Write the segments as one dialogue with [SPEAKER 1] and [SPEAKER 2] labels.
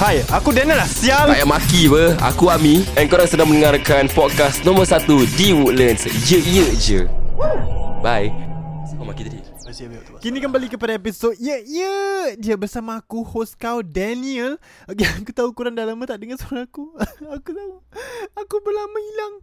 [SPEAKER 1] Hai, aku Daniel lah Sial
[SPEAKER 2] Tak payah maki apa Aku Ami And korang sedang mendengarkan Podcast nombor 1 Di Woodlands Ye ye je Bye Kau maki tadi
[SPEAKER 1] Kini kembali kepada episod Ya, ya Dia bersama aku Host kau Daniel okay, Aku tahu korang dah lama tak dengar suara aku Aku tahu Aku berlama hilang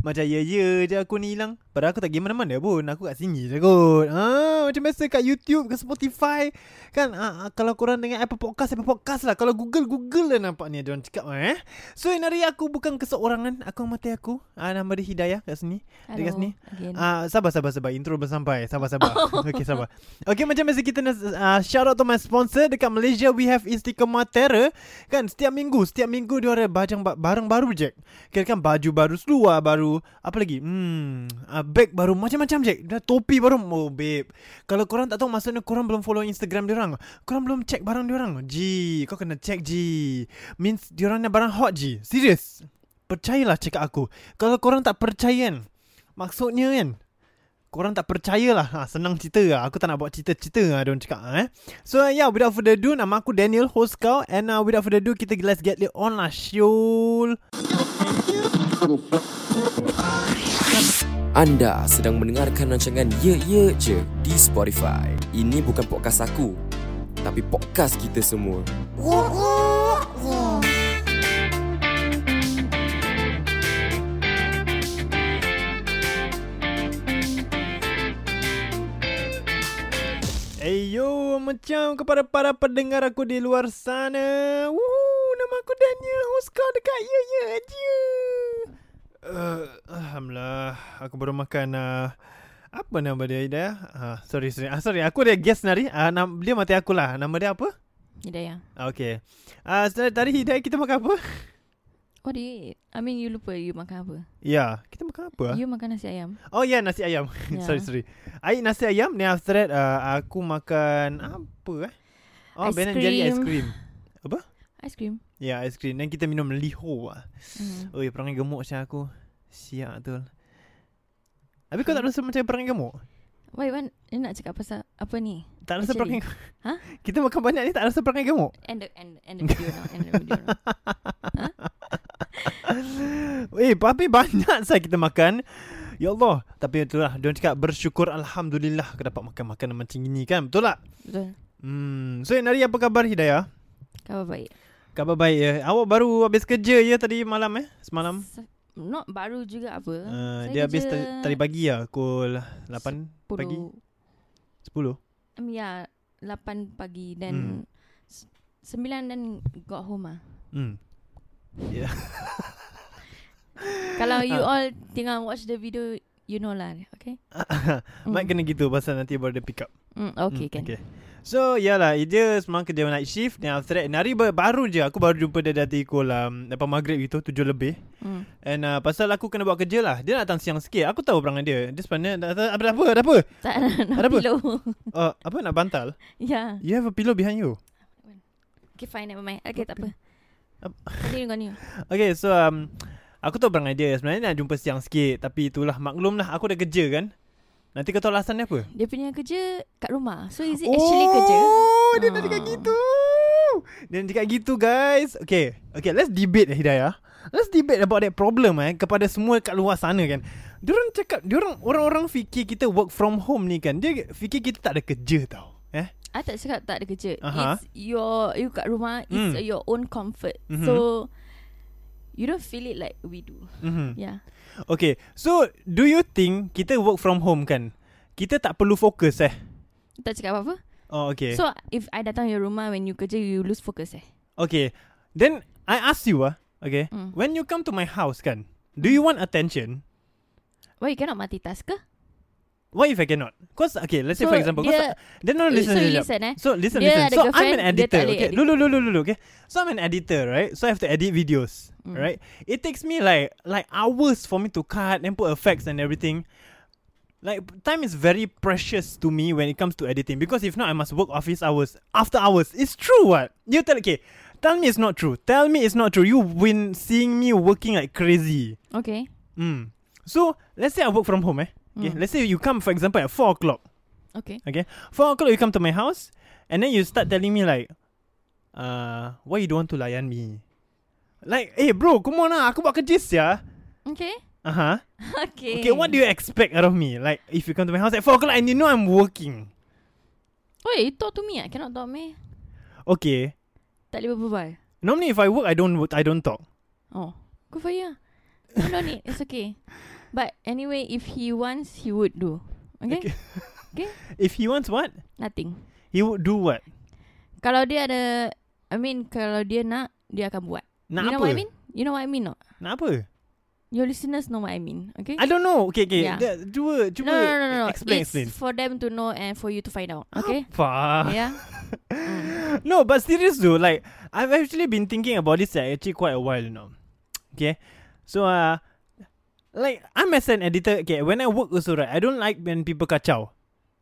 [SPEAKER 1] Macam ya, ya je aku ni hilang Padahal aku tak pergi mana-mana pun Aku kat sini je kot ha, Macam biasa kat YouTube Kat Spotify Kan ha, ha, Kalau korang dengar Apple Podcast Apple Podcast lah Kalau Google Google lah nampak ni Dia orang cakap eh So hari aku bukan keseorangan Aku mati aku ha, Nama dia Hidayah kat sini Dia kat
[SPEAKER 3] Hello,
[SPEAKER 1] sini
[SPEAKER 3] again.
[SPEAKER 1] Ah, sabar sabar sabar intro belum sampai. Sabar sabar. Okey sabar. Okey macam biasa kita nak uh, shout out to my sponsor dekat Malaysia we have Istiqomatera kan setiap minggu setiap minggu dia ada barang barang baru Jack. Kira kan baju baru seluar baru apa lagi? Hmm uh, bag baru macam-macam Jack. Dah topi baru oh babe. Kalau korang tak tahu maksudnya korang belum follow Instagram dia orang. Korang belum check barang dia orang. Ji, kau kena check ji. Means dia orang ni barang hot ji. Serius. Percayalah cakap aku. Kalau korang tak percaya kan Maksudnya kan Korang tak percaya lah ha, Senang cerita lah Aku tak nak buat cerita-cerita lah Diorang cakap eh So yeah Without further ado Nama aku Daniel Host kau And uh, without further ado Kita let's get it on lah Syul
[SPEAKER 2] Anda sedang mendengarkan rancangan Ye ye je Di Spotify Ini bukan podcast aku Tapi podcast kita semua
[SPEAKER 1] Hey yo Macam kepada para pendengar aku di luar sana Woohoo Nama aku Daniel Host kau dekat Ya Ya Je uh, Alhamdulillah Aku baru makan uh, Apa nama dia Ida? Uh, sorry sorry uh, Sorry aku ada guest nari uh, nam- Dia mati aku lah Nama dia apa?
[SPEAKER 3] Hidayah.
[SPEAKER 1] Ah, Okay uh, so, Tadi Hidayah kita makan apa?
[SPEAKER 3] What do you eat? Oh, I mean you lupa you makan apa?
[SPEAKER 1] Ya yeah, Kita makan apa? ah?
[SPEAKER 3] You makan nasi ayam.
[SPEAKER 1] Oh ya yeah, nasi ayam yeah.
[SPEAKER 3] Ya.
[SPEAKER 1] Sorry sorry I eat nasi ayam Then after that uh, Aku makan Apa eh Oh
[SPEAKER 3] Ice
[SPEAKER 1] Ben and Jerry ice
[SPEAKER 3] cream.
[SPEAKER 1] cream
[SPEAKER 3] Ice cream.
[SPEAKER 1] Ya yeah, ice cream Dan kita minum liho lah
[SPEAKER 3] Mm.
[SPEAKER 1] Oi perangai gemuk macam aku Siap tu Habis kau tak rasa macam perangai gemuk?
[SPEAKER 3] Wait, Wan, you nak cakap pasal apa ni?
[SPEAKER 1] Tak rasa perangai
[SPEAKER 3] Actually. Ha?
[SPEAKER 1] Kita makan banyak ni tak rasa perangai gemuk?
[SPEAKER 3] End the end end the video now. End the video now.
[SPEAKER 1] Eh tapi banyak saya kita makan Ya Allah Tapi itulah Diorang cakap bersyukur Alhamdulillah Aku dapat makan makanan macam ini kan Betul tak?
[SPEAKER 3] Betul.
[SPEAKER 1] Hmm. So Nari apa khabar Hidayah?
[SPEAKER 3] Khabar baik.
[SPEAKER 1] Khabar baik ya Awak baru habis kerja ya tadi malam eh? Semalam
[SPEAKER 3] Se- Not baru juga apa.
[SPEAKER 1] uh,
[SPEAKER 3] Saya
[SPEAKER 1] Dia habis tadi,
[SPEAKER 3] kerja
[SPEAKER 1] tadi pagi ya Pukul 8
[SPEAKER 3] 10.
[SPEAKER 1] pagi 10
[SPEAKER 3] Um, ya, 8 pagi dan s- 9 dan got home ah.
[SPEAKER 1] Hmm
[SPEAKER 3] Kalau you
[SPEAKER 1] Ah.
[SPEAKER 3] all tengah watch the video, you know lah, okay?
[SPEAKER 1] Mike kena gitu Pasal nanti baru dia pick up
[SPEAKER 3] Mm, Hmm. okay,
[SPEAKER 1] Hmm,
[SPEAKER 3] kan.
[SPEAKER 1] okay. So yalah Dia semalam kerja night shift Dan after that Nari ber- baru je Aku baru jumpa dia dari pukul um, Lepas maghrib gitu 7 lebih
[SPEAKER 3] Mm.
[SPEAKER 1] And uh, pasal aku kena buat kerja lah Dia nak datang siang sikit Aku tahu perangai dia Dia sebenarnya Ada ada apa Ada apa
[SPEAKER 3] Tak nak
[SPEAKER 1] Ada
[SPEAKER 3] nak
[SPEAKER 1] apa?
[SPEAKER 3] pillow.
[SPEAKER 1] uh, Apa nak bantal
[SPEAKER 3] yeah.
[SPEAKER 1] You have a pillow behind you
[SPEAKER 3] Okay, fine, never mind. Okay, tak apa.
[SPEAKER 1] Ap-
[SPEAKER 3] Continue, continue.
[SPEAKER 1] Okay so um, Aku tahu perangai dia Sebenarnya nak jumpa siang sikit Tapi itulah Maklum lah Aku ada kerja kan Nanti kau tahu alasan dia apa
[SPEAKER 3] Dia punya kerja kat rumah. So is it actually kerja?
[SPEAKER 1] Oh Dia nak cakap
[SPEAKER 3] Ah.
[SPEAKER 1] gitu Dia nak cakap gitu guys Okay Okay let's debate eh, Hidayah Let's debate about that problem eh Kepada semua kat luar sana kan Diorang cakap Diorang orang-orang fikir kita work from home ni kan Dia fikir kita tak ada kerja tau Eh
[SPEAKER 3] I tak cakap tak ada kerja.
[SPEAKER 1] Aha.
[SPEAKER 3] It's your you kat rumah
[SPEAKER 1] Mm.
[SPEAKER 3] is your own comfort.
[SPEAKER 1] Mhm.
[SPEAKER 3] So you don't feel it like we do. Ya.
[SPEAKER 1] mm-hmm.
[SPEAKER 3] Yeah.
[SPEAKER 1] Okay So do you think Kita work from home kan Kita tak perlu fokus eh
[SPEAKER 3] Tak cakap apa-apa.
[SPEAKER 1] Oh okay
[SPEAKER 3] So if I datang your rumah when you kerja you lose focus eh.
[SPEAKER 1] Okay Then I ask you ah Okay
[SPEAKER 3] Mm.
[SPEAKER 1] When you come to my house kan Do you want attention
[SPEAKER 3] Why you cannot multitask ke?
[SPEAKER 1] What if I cannot? Cause okay, let's say
[SPEAKER 3] So,
[SPEAKER 1] for example, cause
[SPEAKER 3] dia-
[SPEAKER 1] then no
[SPEAKER 3] you-
[SPEAKER 1] listen,
[SPEAKER 3] so you
[SPEAKER 1] sekejap.
[SPEAKER 3] listen, eh.
[SPEAKER 1] So listen,
[SPEAKER 3] Dia
[SPEAKER 1] listen.
[SPEAKER 3] ada
[SPEAKER 1] So I'm
[SPEAKER 3] girlfriend,
[SPEAKER 1] an
[SPEAKER 3] dia tak
[SPEAKER 1] editor.
[SPEAKER 3] boleh
[SPEAKER 1] Okay,
[SPEAKER 3] edit.
[SPEAKER 1] dulu, dulu, dulu, okay. So I'm an editor, right? So I have to edit videos, right? It takes me like like hours for me to cut and put effects and everything. Like time is very precious to me when it comes to editing because if not, I must work office hours after hours. It's true, what you tell? Okay, tell me it's not true. Tell me it's not true. You been seeing me working like crazy.
[SPEAKER 3] Okay.
[SPEAKER 1] Mm. So let's say I work from home, eh? Okay. Let's say you come, for example, at four o'clock.
[SPEAKER 3] Okay.
[SPEAKER 1] Okay, four o'clock you come to my house, and then you start telling me like, uh, why you don't want to layan me? Like, hey bro, come on lah, aku buat kerja sia.
[SPEAKER 3] Okay.
[SPEAKER 1] Uh huh.
[SPEAKER 3] Okay.
[SPEAKER 1] Okay, what do you expect out of me? Like, if you come to my house at four o'clock and you know I'm working,
[SPEAKER 3] Wait, you talk to me. I cannot talk me.
[SPEAKER 1] okay.
[SPEAKER 3] Tak boleh berbual.
[SPEAKER 1] Normally, if I work, I don't I don't talk.
[SPEAKER 3] Oh, good for you. No, no need. It's okay. But anyway, if he wants, he would do. Okay? okay.
[SPEAKER 1] If he wants what,
[SPEAKER 3] Nothing.
[SPEAKER 1] he would do what.
[SPEAKER 3] Kalau dia ada, I mean, kalau dia nak, dia akan buat.
[SPEAKER 1] Nak
[SPEAKER 3] you know
[SPEAKER 1] apa?
[SPEAKER 3] what I mean? You know what I mean not?
[SPEAKER 1] Nak apa?
[SPEAKER 3] Your listeners know what I mean, okay?
[SPEAKER 1] I don't know. Okay, okay.
[SPEAKER 3] Yeah.
[SPEAKER 1] Yeah. Cuba, cuba
[SPEAKER 3] no, no, no, no, no.
[SPEAKER 1] explain,
[SPEAKER 3] it's
[SPEAKER 1] explain. Ah.
[SPEAKER 3] for them to know and for you to find out, okay?
[SPEAKER 1] Fah.
[SPEAKER 3] yeah.
[SPEAKER 1] No, but serious though, like I've actually been thinking about this like, actually quite a while, you know. Okay, so uh, like I'm as an editor. Okay, when I work also right, I don't like when people kacau.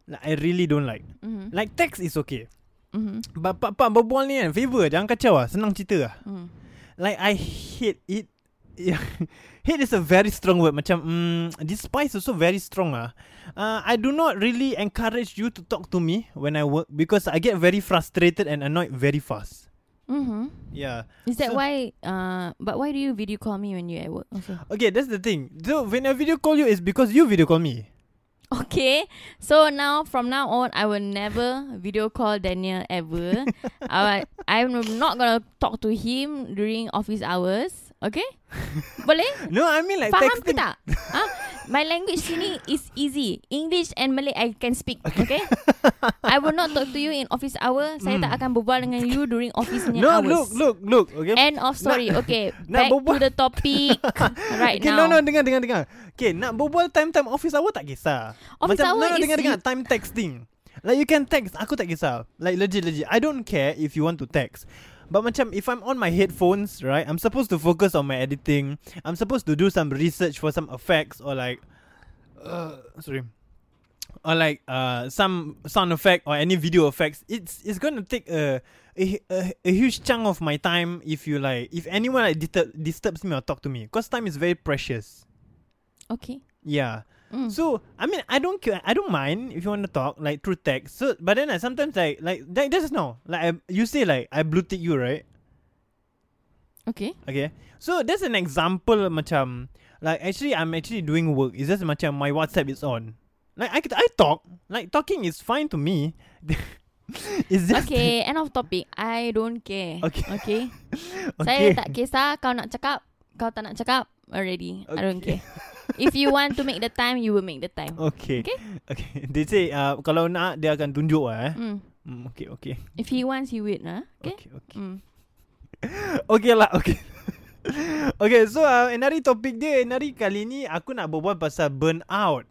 [SPEAKER 1] Like I really don't like.
[SPEAKER 3] Mhm.
[SPEAKER 1] Like text is okay,
[SPEAKER 3] Mhm.
[SPEAKER 1] but pak pak berbual ni kan favor jangan kacau ah, senang cerita ah.
[SPEAKER 3] Mm.
[SPEAKER 1] Like I hate it. Yeah, hate is a very strong word. Macam mm, despise also very strong ah. Uh, I do not really encourage you to talk to me when I work because I get very frustrated and annoyed very fast.
[SPEAKER 3] Mhm.
[SPEAKER 1] Yeah.
[SPEAKER 3] Is that
[SPEAKER 1] So-
[SPEAKER 3] why? Uh, but why do you video call me when you at work? Also?
[SPEAKER 1] Okay, that's the thing. So when I video call you, it's because you video call me.
[SPEAKER 3] Okay. So now, from now on, I will never video call Daniel ever. I I'm not gonna talk to him during office hours. Okay? Boleh?
[SPEAKER 1] No, I mean like
[SPEAKER 3] Faham ke
[SPEAKER 1] texting.
[SPEAKER 3] tak? Ha? My language sini is easy. English and Malay I can speak. Okay? I will not talk to you in office hour. Saya tak akan berbual dengan you during office
[SPEAKER 1] Hmm.
[SPEAKER 3] punya
[SPEAKER 1] No,
[SPEAKER 3] hours.
[SPEAKER 1] look, look, look. Okay.
[SPEAKER 3] End of story. okay.
[SPEAKER 1] nak
[SPEAKER 3] Back to
[SPEAKER 1] berbual-
[SPEAKER 3] the topic right
[SPEAKER 1] okay,
[SPEAKER 3] now.
[SPEAKER 1] No, no, dengar, dengar, dengar. Okay, nak berbual time-time office hour tak kisah.
[SPEAKER 3] Office
[SPEAKER 1] Macam, no, no,
[SPEAKER 3] hour is
[SPEAKER 1] dengar,
[SPEAKER 3] you-
[SPEAKER 1] dengar. Time texting. Like you can text, aku tak kisah. Like legit, legit. I don't care if you want to text. But macam if I'm on my headphones, right? I'm supposed to focus on my editing. I'm supposed to do some research for some effects or like, uh, sorry, or like uh some sound effect or any video effects. It's it's gonna take a a, a, a huge chunk of my time if you like if anyone like disturb, disturbs me or talk to me because time is very precious.
[SPEAKER 3] Okay.
[SPEAKER 1] Yeah.
[SPEAKER 3] Mm.
[SPEAKER 1] So I mean I don't care I don't mind if you want to talk like through text. So but then I sometimes like like like just now like I, you say like I blue tick you right
[SPEAKER 3] Okay.
[SPEAKER 1] okay so that's an example macam like actually I'm actually doing work it's just macam my WhatsApp is on like I I talk like talking is fine to me. it's just
[SPEAKER 3] Okay, end of topic. I don't care.
[SPEAKER 1] Okay.
[SPEAKER 3] Okay.
[SPEAKER 1] okay.
[SPEAKER 3] Saya tak kisah kau nak cakap, kau tak nak cakap already. Okay. I don't care. If you want to make the time, you will make the time.
[SPEAKER 1] Okay.
[SPEAKER 3] Okay?
[SPEAKER 1] Okay. They say uh, kalau nak dia akan tunjuk lah eh.
[SPEAKER 3] Mm.
[SPEAKER 1] Mm, okay, okay.
[SPEAKER 3] If he wants, he will, nah. Okay?
[SPEAKER 1] Okay, okay.
[SPEAKER 3] Mm.
[SPEAKER 1] Okay lah, okay. okay, so uh, another topic dia, another kali ni aku nak berbual pasal burnout.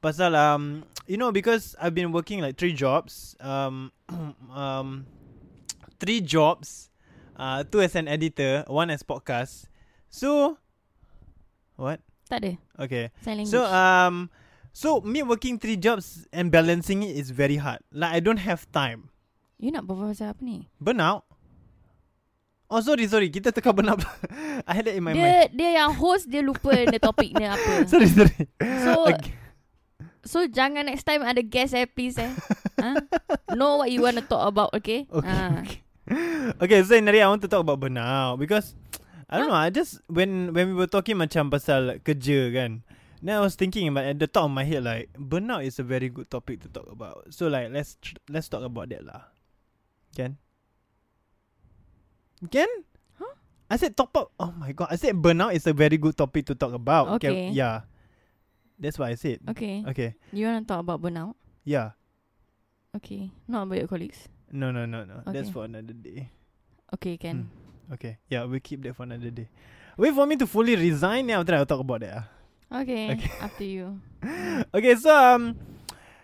[SPEAKER 1] Pasal um, you know because I've been working like three jobs. Um, um, three jobs. Uh, two as an editor, one as podcast. So, what?
[SPEAKER 3] Tak ada.
[SPEAKER 1] Okay.
[SPEAKER 3] Sign language.
[SPEAKER 1] So um, so me working three jobs and balancing it is very hard. Like I don't have time.
[SPEAKER 3] you nak berbual pasal apa ni?
[SPEAKER 1] Burnout. Oh sorry sorry kita tekan burnout. I had that in my mind.
[SPEAKER 3] Dia dia yang host dia lupa the topic dia apa.
[SPEAKER 1] Sorry sorry.
[SPEAKER 3] So
[SPEAKER 1] Okay.
[SPEAKER 3] so jangan next time ada guest eh please eh. Huh? Know what you want to talk about, okay?
[SPEAKER 1] Okay,
[SPEAKER 3] Ah.
[SPEAKER 1] Okay, so Nari, I want to talk about burnout because I don't know. I just when when we were talking macam pasal kerja kan. Then I was thinking about at the top of my head like burnout is a very good topic to talk about. So like let's tr- let's talk about that lah. Can? Can?
[SPEAKER 3] Huh?
[SPEAKER 1] I said top up. Oh my god! I said burnout is a very good topic to talk about.
[SPEAKER 3] Okay.
[SPEAKER 1] Yeah. That's what I said.
[SPEAKER 3] Okay.
[SPEAKER 1] Okay.
[SPEAKER 3] You want to talk about burnout?
[SPEAKER 1] Yeah.
[SPEAKER 3] Okay. Not about your colleagues.
[SPEAKER 1] No no no no. That's
[SPEAKER 3] Okay.
[SPEAKER 1] for another day.
[SPEAKER 3] Okay, can.
[SPEAKER 1] Hmm. Okay. Yeah, we'll keep that for another day. Wait for me to fully resign, then after that I'll talk about that. ah.
[SPEAKER 3] Okay, okay. up to you.
[SPEAKER 1] Okay, so um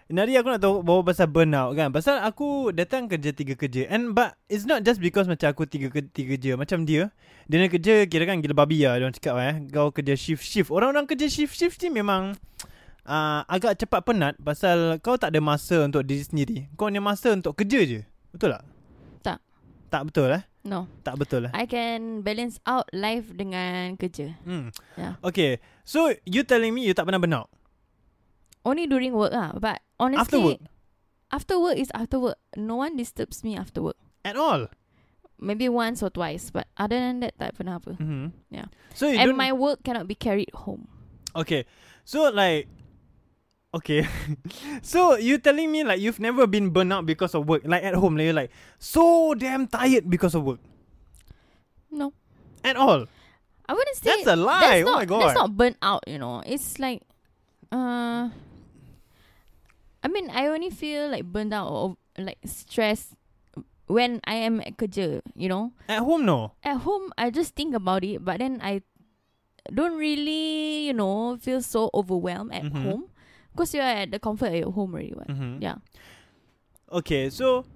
[SPEAKER 1] Nari aku nak tahu bawa pasal burnout kan Pasal aku datang kerja tiga kerja And but it's not just because macam aku tiga, ke- tiga kerja Macam dia Dia nak kerja kira kan gila babi lah Dia orang cakap eh Kau kerja shift-shift Orang-orang kerja shift-shift ni memang uh, Agak cepat penat Pasal kau tak ada masa untuk diri sendiri Kau ada masa untuk kerja je Betul tak?
[SPEAKER 3] Tak.
[SPEAKER 1] Tak betul eh?
[SPEAKER 3] No.
[SPEAKER 1] Tak betul eh?
[SPEAKER 3] I can balance out life dengan kerja.
[SPEAKER 1] Hmm.
[SPEAKER 3] Yeah.
[SPEAKER 1] Okay So you telling me you tak pernah burnout
[SPEAKER 3] Only during work ah, but honestly
[SPEAKER 1] After work?
[SPEAKER 3] After work is after work. No one disturbs me after work.
[SPEAKER 1] At all
[SPEAKER 3] Maybe once or twice, but other than that tak pernah apa.
[SPEAKER 1] mm-hmm.
[SPEAKER 3] Yeah.
[SPEAKER 1] So you
[SPEAKER 3] And
[SPEAKER 1] don't
[SPEAKER 3] my work cannot be carried home.
[SPEAKER 1] Okay. So like Okay. so you telling me like you've never been burnt out because of work. Like at home, like, you're like so damn tired because of work.
[SPEAKER 3] No.
[SPEAKER 1] At all.
[SPEAKER 3] I wouldn't say
[SPEAKER 1] That's a lie.
[SPEAKER 3] That's
[SPEAKER 1] Oh
[SPEAKER 3] not,
[SPEAKER 1] my God.
[SPEAKER 3] That's not burnt out, you know. It's like uh I mean I only feel like burnt out or like stressed when I am at kerja, you know.
[SPEAKER 1] At home no.
[SPEAKER 3] At home I just think about it but then I don't really, you know, feel so overwhelmed at
[SPEAKER 1] Mhm.
[SPEAKER 3] home. Because you're at the comfort of your home already, what?
[SPEAKER 1] Mhm.
[SPEAKER 3] Yeah.
[SPEAKER 1] Okay, so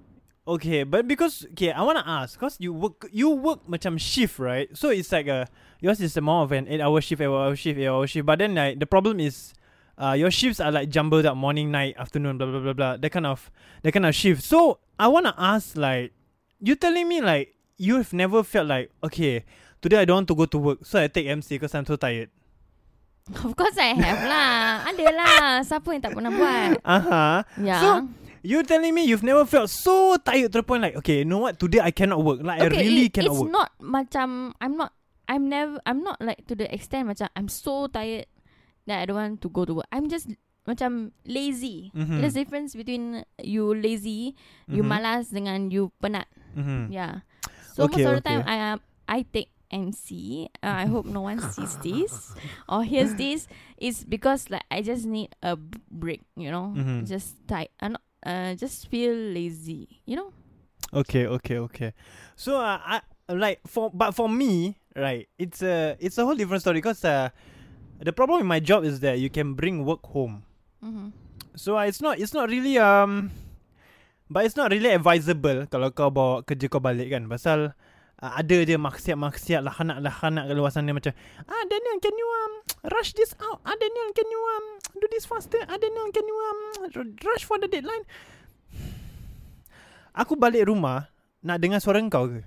[SPEAKER 1] okay, but because okay, I wanna ask, cause you work you work macam shift, right? So it's like a yours is more of an eight hour shift, eight hour shift, eight hour shift. But then like the problem is uh your shifts are like jumbled up morning, night, afternoon, blah blah blah blah. That kind of that kind of shift. So I wanna ask like you telling me like you've never felt like okay, today I don't want to go to work, so I take MC because I'm so tired.
[SPEAKER 3] Of course I have lah. Ada lah. Siapa yang tak pernah buat?
[SPEAKER 1] Uh-huh.
[SPEAKER 3] Yeah.
[SPEAKER 1] So you telling me you've never felt so tired to the point like okay, you know what, today I cannot work. Like I really
[SPEAKER 3] it,
[SPEAKER 1] cannot
[SPEAKER 3] it's
[SPEAKER 1] work.
[SPEAKER 3] not macam I'm not I'm never I'm not like to the extent macam I'm so tired that I don't want to go to work. I'm just macam lazy.
[SPEAKER 1] Mhm.
[SPEAKER 3] There's difference between you lazy, you
[SPEAKER 1] Mhm.
[SPEAKER 3] malas dengan you penat.
[SPEAKER 1] Mm-hmm.
[SPEAKER 3] Yeah. So
[SPEAKER 1] Okay,
[SPEAKER 3] most of the time
[SPEAKER 1] okay.
[SPEAKER 3] I um, I take MC. Uh, I hope no one sees this or hears this. It's because like I just need a b- break, you know.
[SPEAKER 1] Mhm.
[SPEAKER 3] Just tight. I'm not, uh, just feel lazy, you know.
[SPEAKER 1] Okay, okay, okay. So uh, I like for but for me, right, it's a it's a whole different story because uh, the problem with my job is that you can bring work home.
[SPEAKER 3] Mhm.
[SPEAKER 1] So uh, it's not it's not really um but it's not really advisable kalau kau bawa kerja kau balik kan pasal uh, ada je maksiat-maksiat lah anak-lah anak kat luar sana macam ah Daniel can you um rush this out ah Daniel can you um do this faster ah Daniel can you um r- rush for the deadline Aku balik rumah nak dengar suara kau ke?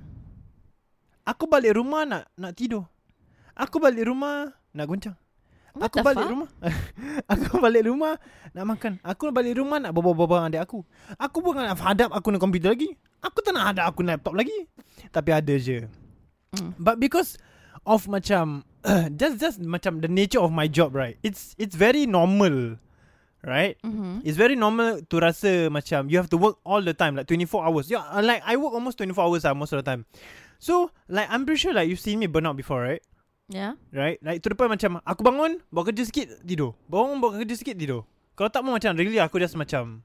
[SPEAKER 1] Aku balik rumah nak nak tidur. Aku balik rumah nak goncang.
[SPEAKER 3] What
[SPEAKER 1] aku
[SPEAKER 3] the
[SPEAKER 1] balik
[SPEAKER 3] fuck?
[SPEAKER 1] rumah. aku balik rumah nak makan. Aku balik rumah nak berbual-bual dengan adik aku. Aku bukan nak hadap aku dengan komputer lagi. Aku tak nak hadap aku dengan laptop lagi. Tapi ada je.
[SPEAKER 3] Hmm.
[SPEAKER 1] But because of macam just just macam the nature of my job right. It's it's very normal. Right?
[SPEAKER 3] Mhm.
[SPEAKER 1] It's very normal to rasa macam you have to work all the time, like 24 hours. Yeah, uh, like I work almost 24 hours lah most of the time. So, like I'm pretty sure like you've seen me burn out before, right?
[SPEAKER 3] Yeah.
[SPEAKER 1] Right? Like to the point macam aku bangun, buat kerja sikit, tidur. Bangun, buat kerja sikit, tidur. Kalau tak pun macam really aku just macam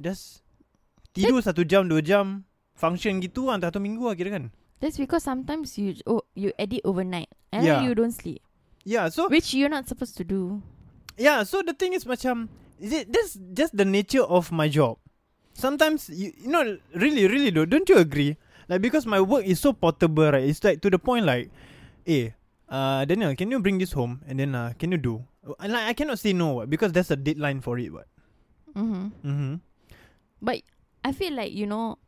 [SPEAKER 1] just tidur satu jam, dua jam. Function gitu lah, antara satu minggu lah kira kan.
[SPEAKER 3] That's because sometimes you oh, you edit overnight and
[SPEAKER 1] Yeah.
[SPEAKER 3] then you don't sleep,
[SPEAKER 1] Yeah, so
[SPEAKER 3] which you're not supposed to do.
[SPEAKER 1] Yeah, so the thing is macam is it that's just the nature of my job. Sometimes you, you know really really though, don't you agree? Like because my work is so portable, right? It's like to the point like, eh, uh Daniel, can you bring this home? And then uh, can you do? And like I cannot say no what, because there's a deadline for it. What?
[SPEAKER 3] hmm
[SPEAKER 1] Mm-hmm.
[SPEAKER 3] But I feel like you know,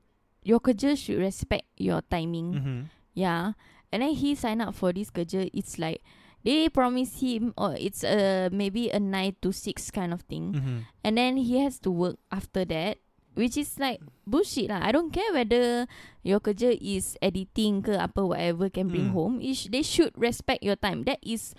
[SPEAKER 3] your kerja should respect your timing.
[SPEAKER 1] Mm-hmm.
[SPEAKER 3] Yeah, and then he signed up for this kerja. It's like they promise him or it's a maybe a nine to six kind of thing,
[SPEAKER 1] Mm-hmm.
[SPEAKER 3] and then he has to work after that. Which is like bullshit lah. I don't care whether your kerja is editing ke apa whatever can bring
[SPEAKER 1] Mm.
[SPEAKER 3] home. It sh- they should respect your time. That is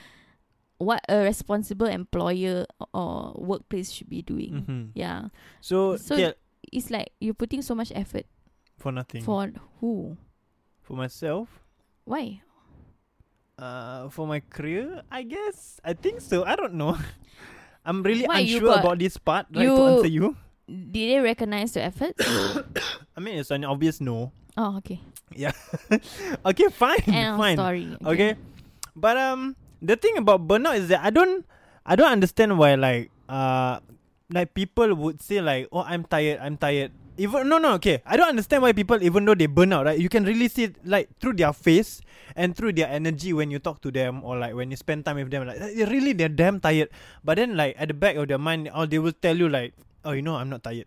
[SPEAKER 3] what a responsible employer or workplace should be doing.
[SPEAKER 1] Mm-hmm.
[SPEAKER 3] Yeah.
[SPEAKER 1] So,
[SPEAKER 3] So-
[SPEAKER 1] yeah,
[SPEAKER 3] It's like you're putting so much effort
[SPEAKER 1] for nothing. For,
[SPEAKER 3] for who?
[SPEAKER 1] for myself,
[SPEAKER 3] Why?
[SPEAKER 1] uh, for my career, I guess. I think so. I don't know. I'm really
[SPEAKER 3] Why, you
[SPEAKER 1] unsure
[SPEAKER 3] got-
[SPEAKER 1] about this part. Like to
[SPEAKER 3] you-
[SPEAKER 1] answer you.
[SPEAKER 3] Did they recognize your effort?
[SPEAKER 1] I mean, it's an obvious no.
[SPEAKER 3] oh, okay.
[SPEAKER 1] Yeah. okay, fine,
[SPEAKER 3] End of
[SPEAKER 1] fine.
[SPEAKER 3] story.
[SPEAKER 1] Okay. but um, the thing about burnout is that I don't, I don't understand why like uh, like people would say like, "Oh, I'm tired. I'm tired." Even no, no, okay. I don't understand why people, even though they burn out, right? You can really see it like through their face and through their energy when you talk to them or like when you spend time with them. Like they- really, they're damn tired. But then like at the back of their mind, all they will tell you like, "Oh, you know, I'm not tired."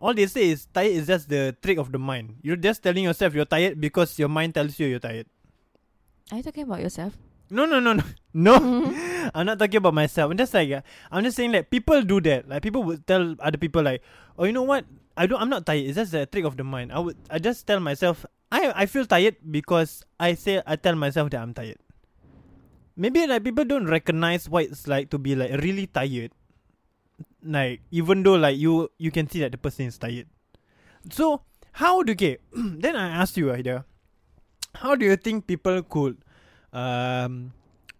[SPEAKER 1] All they say is tired is just the trick of the mind. You're just telling yourself you're tired because your mind tells you you're tired.
[SPEAKER 3] Are you talking about yourself?
[SPEAKER 1] No, no, no, no, no. I'm not talking about myself. I'm just like uh, I'm just saying that people do that. Like people would tell other people like, oh, you know what? I don't. I'm not tired. It's just a trick of the mind. I would. I just tell myself I I feel tired because I say I tell myself that I'm tired. Maybe like people don't recognize what it's like to be like really tired. Like even though like you you can see that the person is tired. So how do okay? then I ask you, Aida, how do you think people could um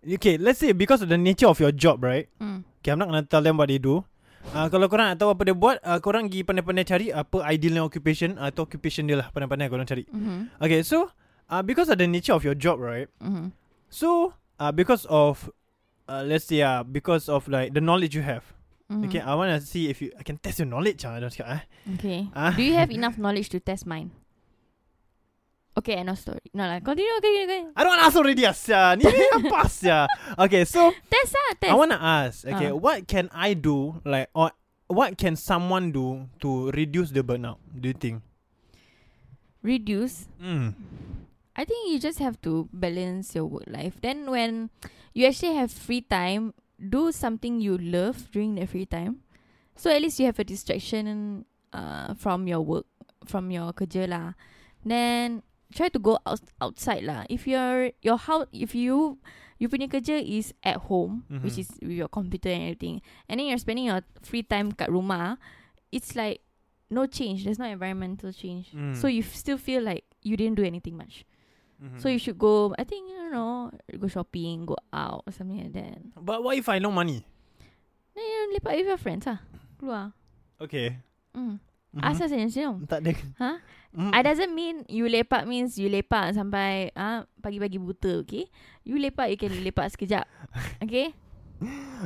[SPEAKER 1] okay let's say because of the nature of your job right
[SPEAKER 3] Mm.
[SPEAKER 1] okay I'm not gonna tell them what they do uh, kalau korang nak tahu apa dia buat uh, korang pergi pandai-pandai cari apa idealnya occupation uh, atau occupation dia lah pandai-pandai korang cari
[SPEAKER 3] Mm-hmm.
[SPEAKER 1] okay so uh, because of the nature of your job right
[SPEAKER 3] Mm-hmm.
[SPEAKER 1] so uh, because of uh, let's say uh, because of like the knowledge you have
[SPEAKER 3] Mm-hmm.
[SPEAKER 1] okay I wanna see if you I can test your knowledge ah, I don't cakap ah.
[SPEAKER 3] Okay.
[SPEAKER 1] Ah.
[SPEAKER 3] Do you have enough knowledge to test mine? Okay, end of story. No lah. Continue. Okay, okay, okay.
[SPEAKER 1] I don't want to ask already ah, sia. Ni ni apa sia Okay so
[SPEAKER 3] Test lah. Test.
[SPEAKER 1] I want to ask, okay,
[SPEAKER 3] Ah.
[SPEAKER 1] what can I do, like, or what can someone do to reduce the burnout? Do you think?
[SPEAKER 3] Reduce.
[SPEAKER 1] Mm.
[SPEAKER 3] I think you just have to balance your work life. Then when you actually have free time, do something you love during the free time. So at least you have a distraction uh, from your work, from your kerja lah. Then try to go out, outside lah. If your your house, if you you punya kerja is at home,
[SPEAKER 1] Mhm.
[SPEAKER 3] which is with your computer and everything, and then you're spending your free time kat rumah, it's like no change. There's no environmental change.
[SPEAKER 1] Mm.
[SPEAKER 3] So you f- still feel like you didn't do anything much.
[SPEAKER 1] Hmm.
[SPEAKER 3] So you should go. I think you know, go shopping, go out or something like that.
[SPEAKER 1] But what if I no money?
[SPEAKER 3] Then you lepak with your friends ah, keluar.
[SPEAKER 1] Okay. Mm-hmm.
[SPEAKER 3] Mm. Asal saya senyum.
[SPEAKER 1] Tak ada.
[SPEAKER 3] Huh?
[SPEAKER 1] Mm.
[SPEAKER 3] I doesn't mean you lepak means you lepak sampai ah pagi-pagi buta, okay? You lepak you can lepak sekejap. Okay?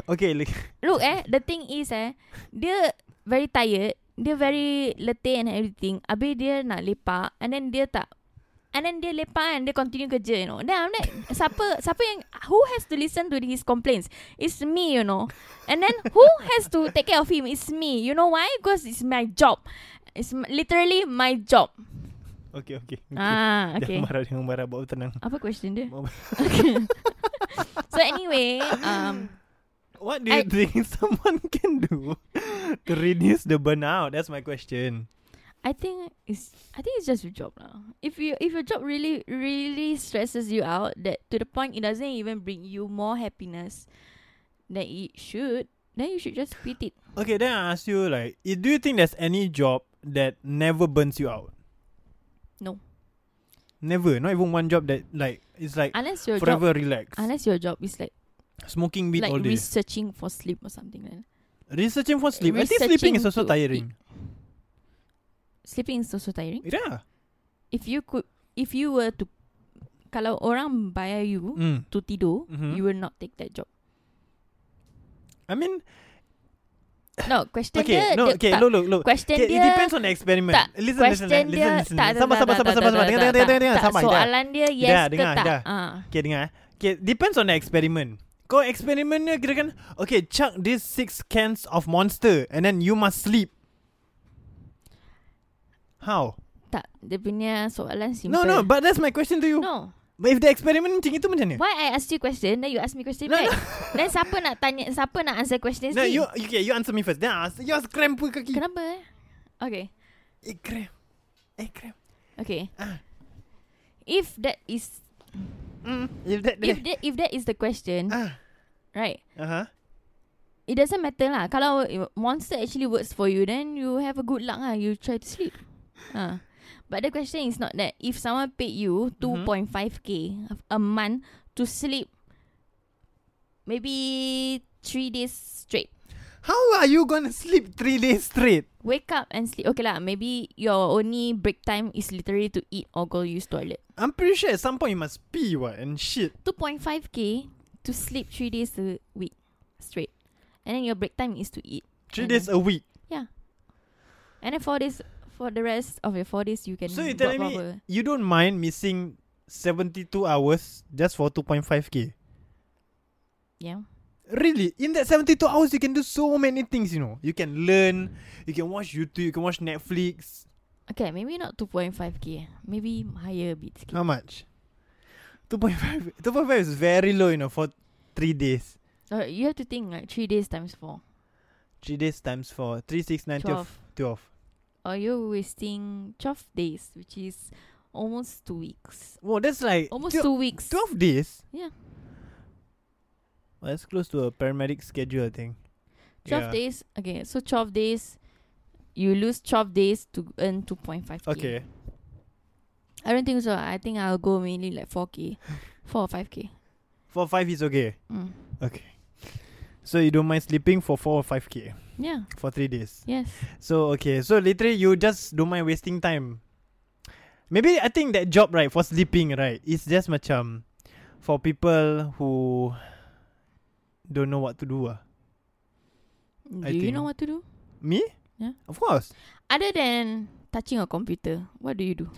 [SPEAKER 1] Okay, like,
[SPEAKER 3] Look eh, the thing is eh, dia very tired, dia very letih and everything. Habis dia nak lepak and then dia tak And then dia lepak and dia continue kerja you know. Then I'm like siapa siapa yang who has to listen to his complaints? It's me you know. And then who has to take care of him? It's me. You know why? Because it's my job. It's m- literally my job.
[SPEAKER 1] okay, okay. okay.
[SPEAKER 3] Ah, okay.
[SPEAKER 1] Jangan marah, jangan marah. Bawa tenang.
[SPEAKER 3] Apa question dia?
[SPEAKER 1] Bawa-
[SPEAKER 3] So anyway, um
[SPEAKER 1] What do you
[SPEAKER 3] I-
[SPEAKER 1] think someone can do to reduce the burnout? That's my question.
[SPEAKER 3] I think it's I think it's just your job now. If you if your job really really stresses you out that to the point it doesn't even bring you more happiness than it should, then you should just quit it.
[SPEAKER 1] Okay, then I ask you, like, i- do you think there's any job that never burns you out?
[SPEAKER 3] No.
[SPEAKER 1] Never. Not even one job that, like, it's like
[SPEAKER 3] Unless your job
[SPEAKER 1] forever relaxed.
[SPEAKER 3] unless your job is like
[SPEAKER 1] Smoking weed
[SPEAKER 3] like
[SPEAKER 1] all day.
[SPEAKER 3] researching for sleep or something like that.
[SPEAKER 1] Researching for sleep. I think
[SPEAKER 3] Researching
[SPEAKER 1] sleeping is also
[SPEAKER 3] to
[SPEAKER 1] tiring.
[SPEAKER 3] Sleeping is also tiring.
[SPEAKER 1] Yeah.
[SPEAKER 3] If you could if you were to kalau orang bayar you
[SPEAKER 1] Mm.
[SPEAKER 3] to tidur,
[SPEAKER 1] Mhm.
[SPEAKER 3] you will not take that job.
[SPEAKER 1] I mean,
[SPEAKER 3] No, question
[SPEAKER 1] okay,
[SPEAKER 3] dia,
[SPEAKER 1] no,
[SPEAKER 3] dia
[SPEAKER 1] okay,
[SPEAKER 3] tak.
[SPEAKER 1] look, look, look.
[SPEAKER 3] Question
[SPEAKER 1] Okay, it
[SPEAKER 3] dia
[SPEAKER 1] depends on the experiment.
[SPEAKER 3] tak
[SPEAKER 1] listen, listen,
[SPEAKER 3] question
[SPEAKER 1] listen,
[SPEAKER 3] dia
[SPEAKER 1] listen, listen.
[SPEAKER 3] tak
[SPEAKER 1] Sabar, sabar, sabar, sabar, sabar. Dengar, dengar, dengar, dengar. Sabar, dah.
[SPEAKER 3] soalan dia yes
[SPEAKER 1] Dah,
[SPEAKER 3] ke
[SPEAKER 1] dengar,
[SPEAKER 3] tak
[SPEAKER 1] dah.
[SPEAKER 3] Ah.
[SPEAKER 1] Okay, dengar. eh. Okay, depends on the experiment. Kau eksperimen dia kira kan, okay, chuck these six cans of Monster and then you must sleep. How?
[SPEAKER 3] tak dia punya soalan simple
[SPEAKER 1] No, no, but that's my question to you.
[SPEAKER 3] no
[SPEAKER 1] But if the experiment macam itu macam mana?
[SPEAKER 3] why I ask you question then you ask me question
[SPEAKER 1] No,
[SPEAKER 3] back
[SPEAKER 1] no.
[SPEAKER 3] then siapa nak tanya siapa nak answer question
[SPEAKER 1] No,
[SPEAKER 3] sendiri
[SPEAKER 1] you, okay, you answer me first. Then I ask, you ask cramp pun kaki.
[SPEAKER 3] kenapa eh okay
[SPEAKER 1] Eh, cramp. Eh, cramp.
[SPEAKER 3] okay
[SPEAKER 1] Ah.
[SPEAKER 3] if that is
[SPEAKER 1] Mm, if that,
[SPEAKER 3] if that if that is the question
[SPEAKER 1] Ah.
[SPEAKER 3] right
[SPEAKER 1] Uh-huh.
[SPEAKER 3] it doesn't matter lah kalau monster actually works for you then you have a good luck lah you try to sleep ah But the question is not that if someone paid
[SPEAKER 1] Mm-hmm.
[SPEAKER 3] you 2.5k a month to sleep maybe 3 days straight.
[SPEAKER 1] How are you gonna sleep three days straight?
[SPEAKER 3] Wake up and sleep. Okay lah, maybe your only break time is literally to eat or go use toilet.
[SPEAKER 1] I'm pretty sure at some point you must pee what and shit.
[SPEAKER 3] 2.5k to sleep 3 days a week straight. And then your break time is to eat
[SPEAKER 1] Three
[SPEAKER 3] And
[SPEAKER 1] days
[SPEAKER 3] then-
[SPEAKER 1] a week.
[SPEAKER 3] And then for this, for the rest of your four days, you can
[SPEAKER 1] So you
[SPEAKER 3] buat
[SPEAKER 1] telling
[SPEAKER 3] apa-apa.
[SPEAKER 1] me you don't mind missing 72 hours just for 2.5k?
[SPEAKER 3] Yeah.
[SPEAKER 1] Really? In that 72 hours you can do so many things, you know. You can learn, you can watch YouTube, you can watch Netflix.
[SPEAKER 3] Okay, maybe not 2.5k. Maybe higher a bit sikit.
[SPEAKER 1] How much? 2.5 2.5 is very low, you know, for 3 days.
[SPEAKER 3] Uh, you have to think like 3 days times 4.
[SPEAKER 1] 3 days times 4, 3 6 9 12. 12.
[SPEAKER 3] 12. Or you're wasting 12 days, which is almost 2 weeks.
[SPEAKER 1] Wow, that's like twe-
[SPEAKER 3] Almost 2 weeks.
[SPEAKER 1] 12 days?
[SPEAKER 3] Yeah.
[SPEAKER 1] Well, that's close to a paramedic schedule, I think. Yeah.
[SPEAKER 3] 12 days. Okay, so 12 days. You lose 12 days to earn 2.5k.
[SPEAKER 1] Okay.
[SPEAKER 3] I don't think so. I think I'll go mainly like 4k. 4 or 5k.
[SPEAKER 1] For 5 is okay.
[SPEAKER 3] Mm.
[SPEAKER 1] Okay. So you don't mind sleeping for 4 or 5k
[SPEAKER 3] Yeah.
[SPEAKER 1] for 3 days.
[SPEAKER 3] Yes.
[SPEAKER 1] So okay, so literally you just don't mind wasting time. Maybe I think that job right for sleeping right is just macam for people who don't know what to do ah.
[SPEAKER 3] Do
[SPEAKER 1] I
[SPEAKER 3] you
[SPEAKER 1] think-
[SPEAKER 3] know what to do?
[SPEAKER 1] Me?
[SPEAKER 3] Yeah.
[SPEAKER 1] Of course.
[SPEAKER 3] Other than touching a computer, what do you do?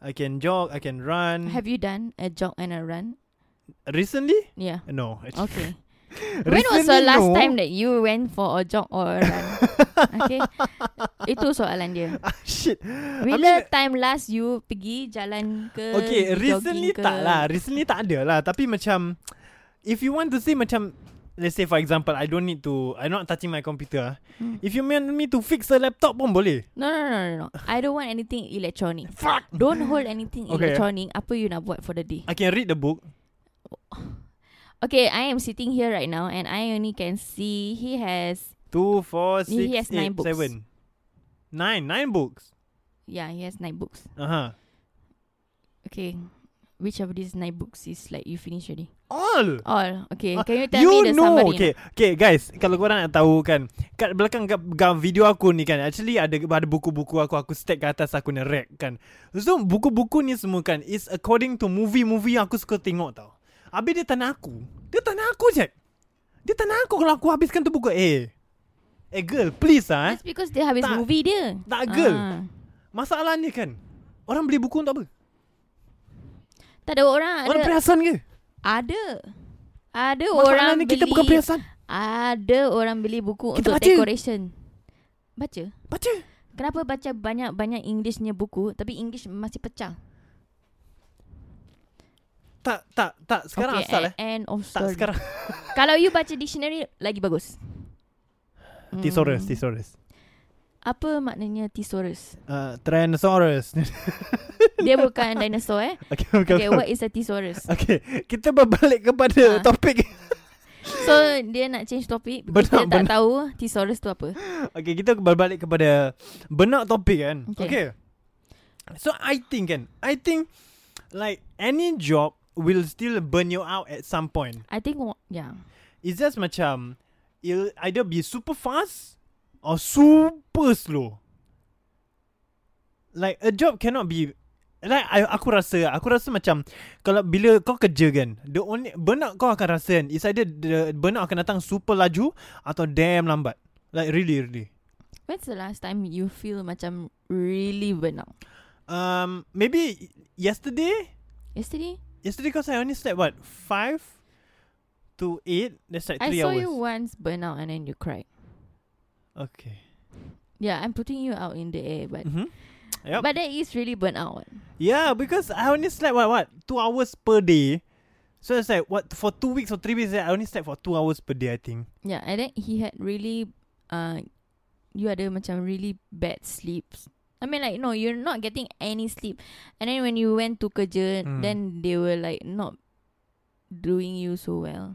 [SPEAKER 1] I can jog, I can run.
[SPEAKER 3] Have you done a jog and a run?
[SPEAKER 1] Recently?
[SPEAKER 3] Yeah.
[SPEAKER 1] No, actually.
[SPEAKER 3] Okay. when was the
[SPEAKER 1] Recently,
[SPEAKER 3] last
[SPEAKER 1] no.
[SPEAKER 3] time that you went for a jog or a run? okay. Itu soalan dia.
[SPEAKER 1] Ah, Shit.
[SPEAKER 3] Hmm, Bila time last you pergi jalan ke
[SPEAKER 1] Okay
[SPEAKER 3] jogging
[SPEAKER 1] Recently
[SPEAKER 3] ke?
[SPEAKER 1] tak lah Recently tak ada lah Tapi macam If you want to say macam Let's say for example I don't need to I'm not touching my computer hmm. If you want me to fix a laptop pun boleh
[SPEAKER 3] No no no no no I don't want anything electronic
[SPEAKER 1] Fuck
[SPEAKER 3] Don't hold anything
[SPEAKER 1] Okay.
[SPEAKER 3] electronic Apa you nak buat for the day
[SPEAKER 1] I can read the book
[SPEAKER 3] Okay I am sitting here right now And I only can see He has
[SPEAKER 1] Two, four, six,
[SPEAKER 3] He has
[SPEAKER 1] eight,
[SPEAKER 3] nine books.
[SPEAKER 1] seven Nine Nine books
[SPEAKER 3] Yeah he has nine books
[SPEAKER 1] uh-huh.
[SPEAKER 3] Okay Which of these nine books is like you finish already?
[SPEAKER 1] All
[SPEAKER 3] All Okay
[SPEAKER 1] Ah,
[SPEAKER 3] Can you tell
[SPEAKER 1] you
[SPEAKER 3] me the
[SPEAKER 1] know.
[SPEAKER 3] summary
[SPEAKER 1] Okay, okay guys, kalau korang nak tahu kan, kat belakang kat, kat video aku ni kan, actually ada ada buku-buku aku aku stack kat atas aku ni rack kan. So buku-buku ni semua kan is according to movie-movie yang aku suka tengok tau. Habis dia tanah aku. Dia tanah aku je. Dia tanah aku kalau aku habiskan tu buku. Eh. Eh girl, please ah. Eh.
[SPEAKER 3] That's because dia habis
[SPEAKER 1] Tak-
[SPEAKER 3] movie dia
[SPEAKER 1] tak girl.
[SPEAKER 3] Ah.
[SPEAKER 1] Masalahnya kan, orang beli buku untuk apa?
[SPEAKER 3] Tak ada orang
[SPEAKER 1] Orang
[SPEAKER 3] ada
[SPEAKER 1] perhiasan ke?
[SPEAKER 3] Ada Ada orang
[SPEAKER 1] Masalahnya
[SPEAKER 3] beli
[SPEAKER 1] kita bukan perhiasan.
[SPEAKER 3] Ada orang beli buku
[SPEAKER 1] Kita
[SPEAKER 3] untuk
[SPEAKER 1] baca.
[SPEAKER 3] decoration. Baca.
[SPEAKER 1] Baca.
[SPEAKER 3] Kenapa baca banyak-banyak Englishnya buku tapi English masih pecah?
[SPEAKER 1] Tak, tak, tak. Sekarang
[SPEAKER 3] okay, Hmm.
[SPEAKER 1] asal eh.
[SPEAKER 3] e- End of
[SPEAKER 1] Tak,
[SPEAKER 3] story.
[SPEAKER 1] sekarang.
[SPEAKER 3] Kalau you baca dictionary lagi bagus.
[SPEAKER 1] Thesaurus, thesaurus.
[SPEAKER 3] Apa maknanya thesaurus?
[SPEAKER 1] Uh, Tyrannosaurus.
[SPEAKER 3] Dia bukan dinosaur eh.
[SPEAKER 1] okay,
[SPEAKER 3] Okay, what is a thesaurus?
[SPEAKER 1] okay, kita berbalik kepada
[SPEAKER 3] Ah.
[SPEAKER 1] topik.
[SPEAKER 3] So dia nak change topic because
[SPEAKER 1] Benar,
[SPEAKER 3] dia tak
[SPEAKER 1] benar.
[SPEAKER 3] tahu thesaurus tu apa.
[SPEAKER 1] okay, kita berbalik kepada benak topik kan.
[SPEAKER 3] Okay.
[SPEAKER 1] Okay. So I think kan, I think like any job will still burn you out at some point.
[SPEAKER 3] I think wa- ya. yeah.
[SPEAKER 1] It's just macam it'll either be super fast or super slow. Like a job cannot be like I, aku rasa aku rasa macam kalau bila kau kerja kan the only burnout kau akan rasa kan it's either the burnout akan datang super laju atau damn lambat. Like really really.
[SPEAKER 3] When's the last time you feel macam really burnt out?
[SPEAKER 1] Um maybe yesterday
[SPEAKER 3] Yesterday
[SPEAKER 1] yesterday cause I only slept what 5 to 8 that's like 3
[SPEAKER 3] I saw
[SPEAKER 1] hours.
[SPEAKER 3] you once burn out and then you cried.
[SPEAKER 1] Okay.
[SPEAKER 3] Yeah, I'm putting you out in the air, but
[SPEAKER 1] Mhm. Yup.
[SPEAKER 3] but that is really burnt out.
[SPEAKER 1] Yeah, because I only slept what what two hours per day. So it's like what for two weeks or three weeks. I only slept for two hours per day. I think.
[SPEAKER 3] Yeah, and then he had really, uh, you had a macam really bad sleeps. I mean, like no, you're not getting any sleep, and then when you went to kerja,
[SPEAKER 1] Mm.
[SPEAKER 3] then they were like not doing you so well.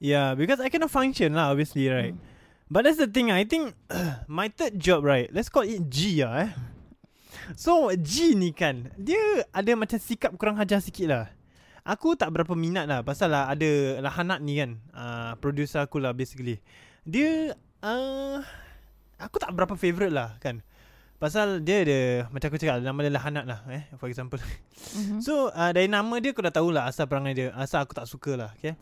[SPEAKER 1] Yeah, because I cannot function lah. Obviously, right. But that's the thing. I think my third job, right? Let's call it G lah. Eh. So G ni kan, dia ada macam sikap kurang hajar sikit lah. Aku tak berapa minat lah pasal lah ada lah Hanat ni kan, uh, producer aku lah basically. Dia uh, aku tak berapa favourite lah kan. Pasal dia ada Macam aku cakap Nama dia lah Hanat lah eh, For example
[SPEAKER 3] Mhm.
[SPEAKER 1] ah, So uh, dari nama dia Kau dah tahu lah Asal perangai dia Asal aku tak suka lah okay?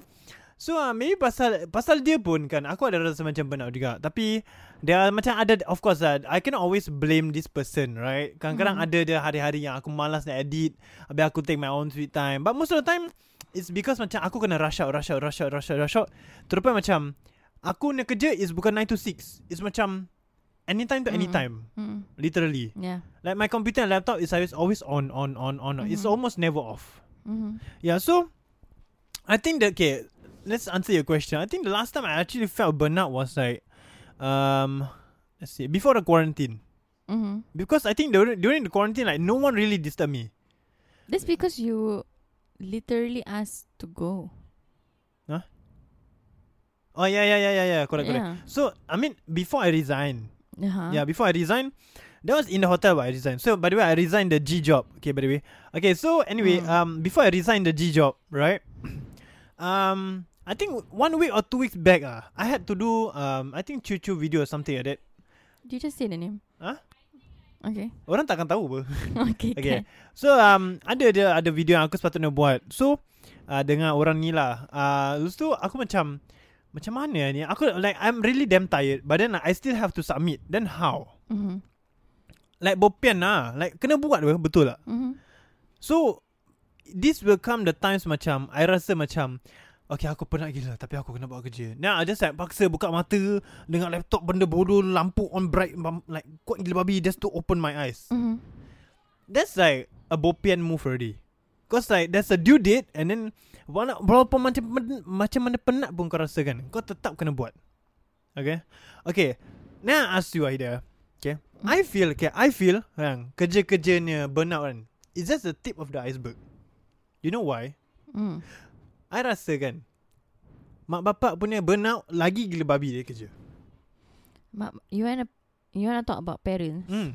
[SPEAKER 1] So uh, maybe pasal pasal dia pun kan aku ada rasa macam burnout juga. Tapi dia macam ada of course lah I can always blame this person right. Kadang-kadang ada dia hari-hari yang aku malas nak edit. Habis aku take my own sweet time. But most of the time it's because macam aku kena rush out, rush out, rush out, rush out, rush out. Terus macam aku nak kerja is bukan 9 to 6. It's macam anytime to anytime.
[SPEAKER 3] Mm.
[SPEAKER 1] Literally.
[SPEAKER 3] Yeah.
[SPEAKER 1] Like my computer and laptop is always always on on on on. on. It's almost never off.
[SPEAKER 3] Mhm.
[SPEAKER 1] Yeah, so I think that okay, let's answer your question. I think the last time I actually felt burnout was like um let's see, before the quarantine.
[SPEAKER 3] Mhm.
[SPEAKER 1] Because I think during during the quarantine like no one really disturbed me.
[SPEAKER 3] That's because you literally asked to go.
[SPEAKER 1] Oh yeah, yeah, yeah, yeah, yeah. Correct,
[SPEAKER 3] Yeah.
[SPEAKER 1] correct. So I mean before I resign.
[SPEAKER 3] Uh-huh.
[SPEAKER 1] Yeah, before I resign, that was in the hotel but I resigned. So by the way, I resigned the G job. Okay, by the way. Okay, so anyway, um before I resigned the G job, right? Um I think one week or two weeks back uh, I had to do um I think Choo Choo video or something like that.
[SPEAKER 3] Did you just say the name?
[SPEAKER 1] Huh?
[SPEAKER 3] Okay.
[SPEAKER 1] Orang takkan tahu apa.
[SPEAKER 3] okay.
[SPEAKER 1] Okay.
[SPEAKER 3] Can.
[SPEAKER 1] So um ada dia ada video yang aku sepatutnya buat. So uh, dengan orang ni lah. Uh, lepas tu aku macam macam mana ni? Aku like I'm really damn tired but then I still have to submit. Then how?
[SPEAKER 3] Mhm.
[SPEAKER 1] Like bopian lah. Like kena buat apa betul lah.
[SPEAKER 3] Mhm.
[SPEAKER 1] So this will come the times macam I rasa macam Okay aku penat gila Tapi aku kena buat kerja Nah I just like Paksa buka mata Dengan laptop benda bodoh Lampu on bright bam- Like kuat gila babi Just to open my eyes
[SPEAKER 3] Mhm.
[SPEAKER 1] That's like A bopian move already Cause like There's a due date And then wala- Walaupun macam men- Macam mana penat pun kau rasa kan Kau tetap kena buat Okay Okay Now I ask you Aida Okay
[SPEAKER 3] Hmm.
[SPEAKER 1] I feel okay, I feel kan, Kerja-kerjanya burnout kan It's just the tip of the iceberg You know why?
[SPEAKER 3] Mm.
[SPEAKER 1] I rasa kan Mak bapak punya burnout Lagi gila babi dia kerja
[SPEAKER 3] Ma- you wanna you wanna talk about parents?
[SPEAKER 1] Hmm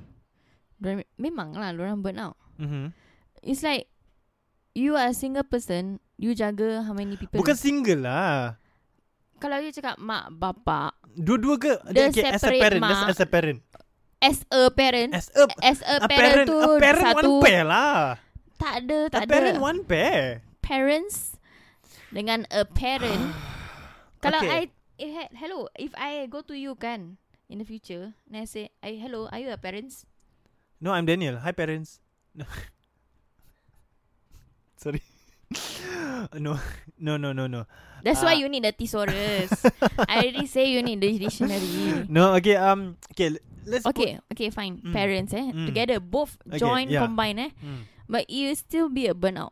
[SPEAKER 3] Dorang- Memang lah, orang burn out.
[SPEAKER 1] mm-hmm.
[SPEAKER 3] It's like you are a single person, you jaga how many people?
[SPEAKER 1] Bukan single lah
[SPEAKER 3] kalau you cakap mak bapak
[SPEAKER 1] Dua-dua ke
[SPEAKER 3] Dia
[SPEAKER 1] as a
[SPEAKER 3] separate
[SPEAKER 1] parent
[SPEAKER 3] mak.
[SPEAKER 1] Just as a parent
[SPEAKER 3] as a parent,
[SPEAKER 1] As a
[SPEAKER 3] as a,
[SPEAKER 1] A
[SPEAKER 3] parent,
[SPEAKER 1] parent,
[SPEAKER 3] tu
[SPEAKER 1] a parent
[SPEAKER 3] satu
[SPEAKER 1] one pair lah
[SPEAKER 3] tak ada tak
[SPEAKER 1] A
[SPEAKER 3] ada
[SPEAKER 1] parent one pair
[SPEAKER 3] parents dengan a parent. Kalau
[SPEAKER 1] Okay.
[SPEAKER 3] I eh, he- hello, if I go to you kan in the future, and I say, I hello, are you a parents?
[SPEAKER 1] No I'm Daniel Hi parents No Sorry No No no no no
[SPEAKER 3] That's
[SPEAKER 1] Ah.
[SPEAKER 3] why you need the thesaurus. I already say you need the dictionary.
[SPEAKER 1] No okay um Okay let's put,
[SPEAKER 3] Okay, okay, fine.
[SPEAKER 1] Mm.
[SPEAKER 3] Parents eh,
[SPEAKER 1] Mm.
[SPEAKER 3] together both
[SPEAKER 1] Okay,
[SPEAKER 3] join
[SPEAKER 1] yeah.
[SPEAKER 3] combine eh,
[SPEAKER 1] Mm.
[SPEAKER 3] but you still be a burnout.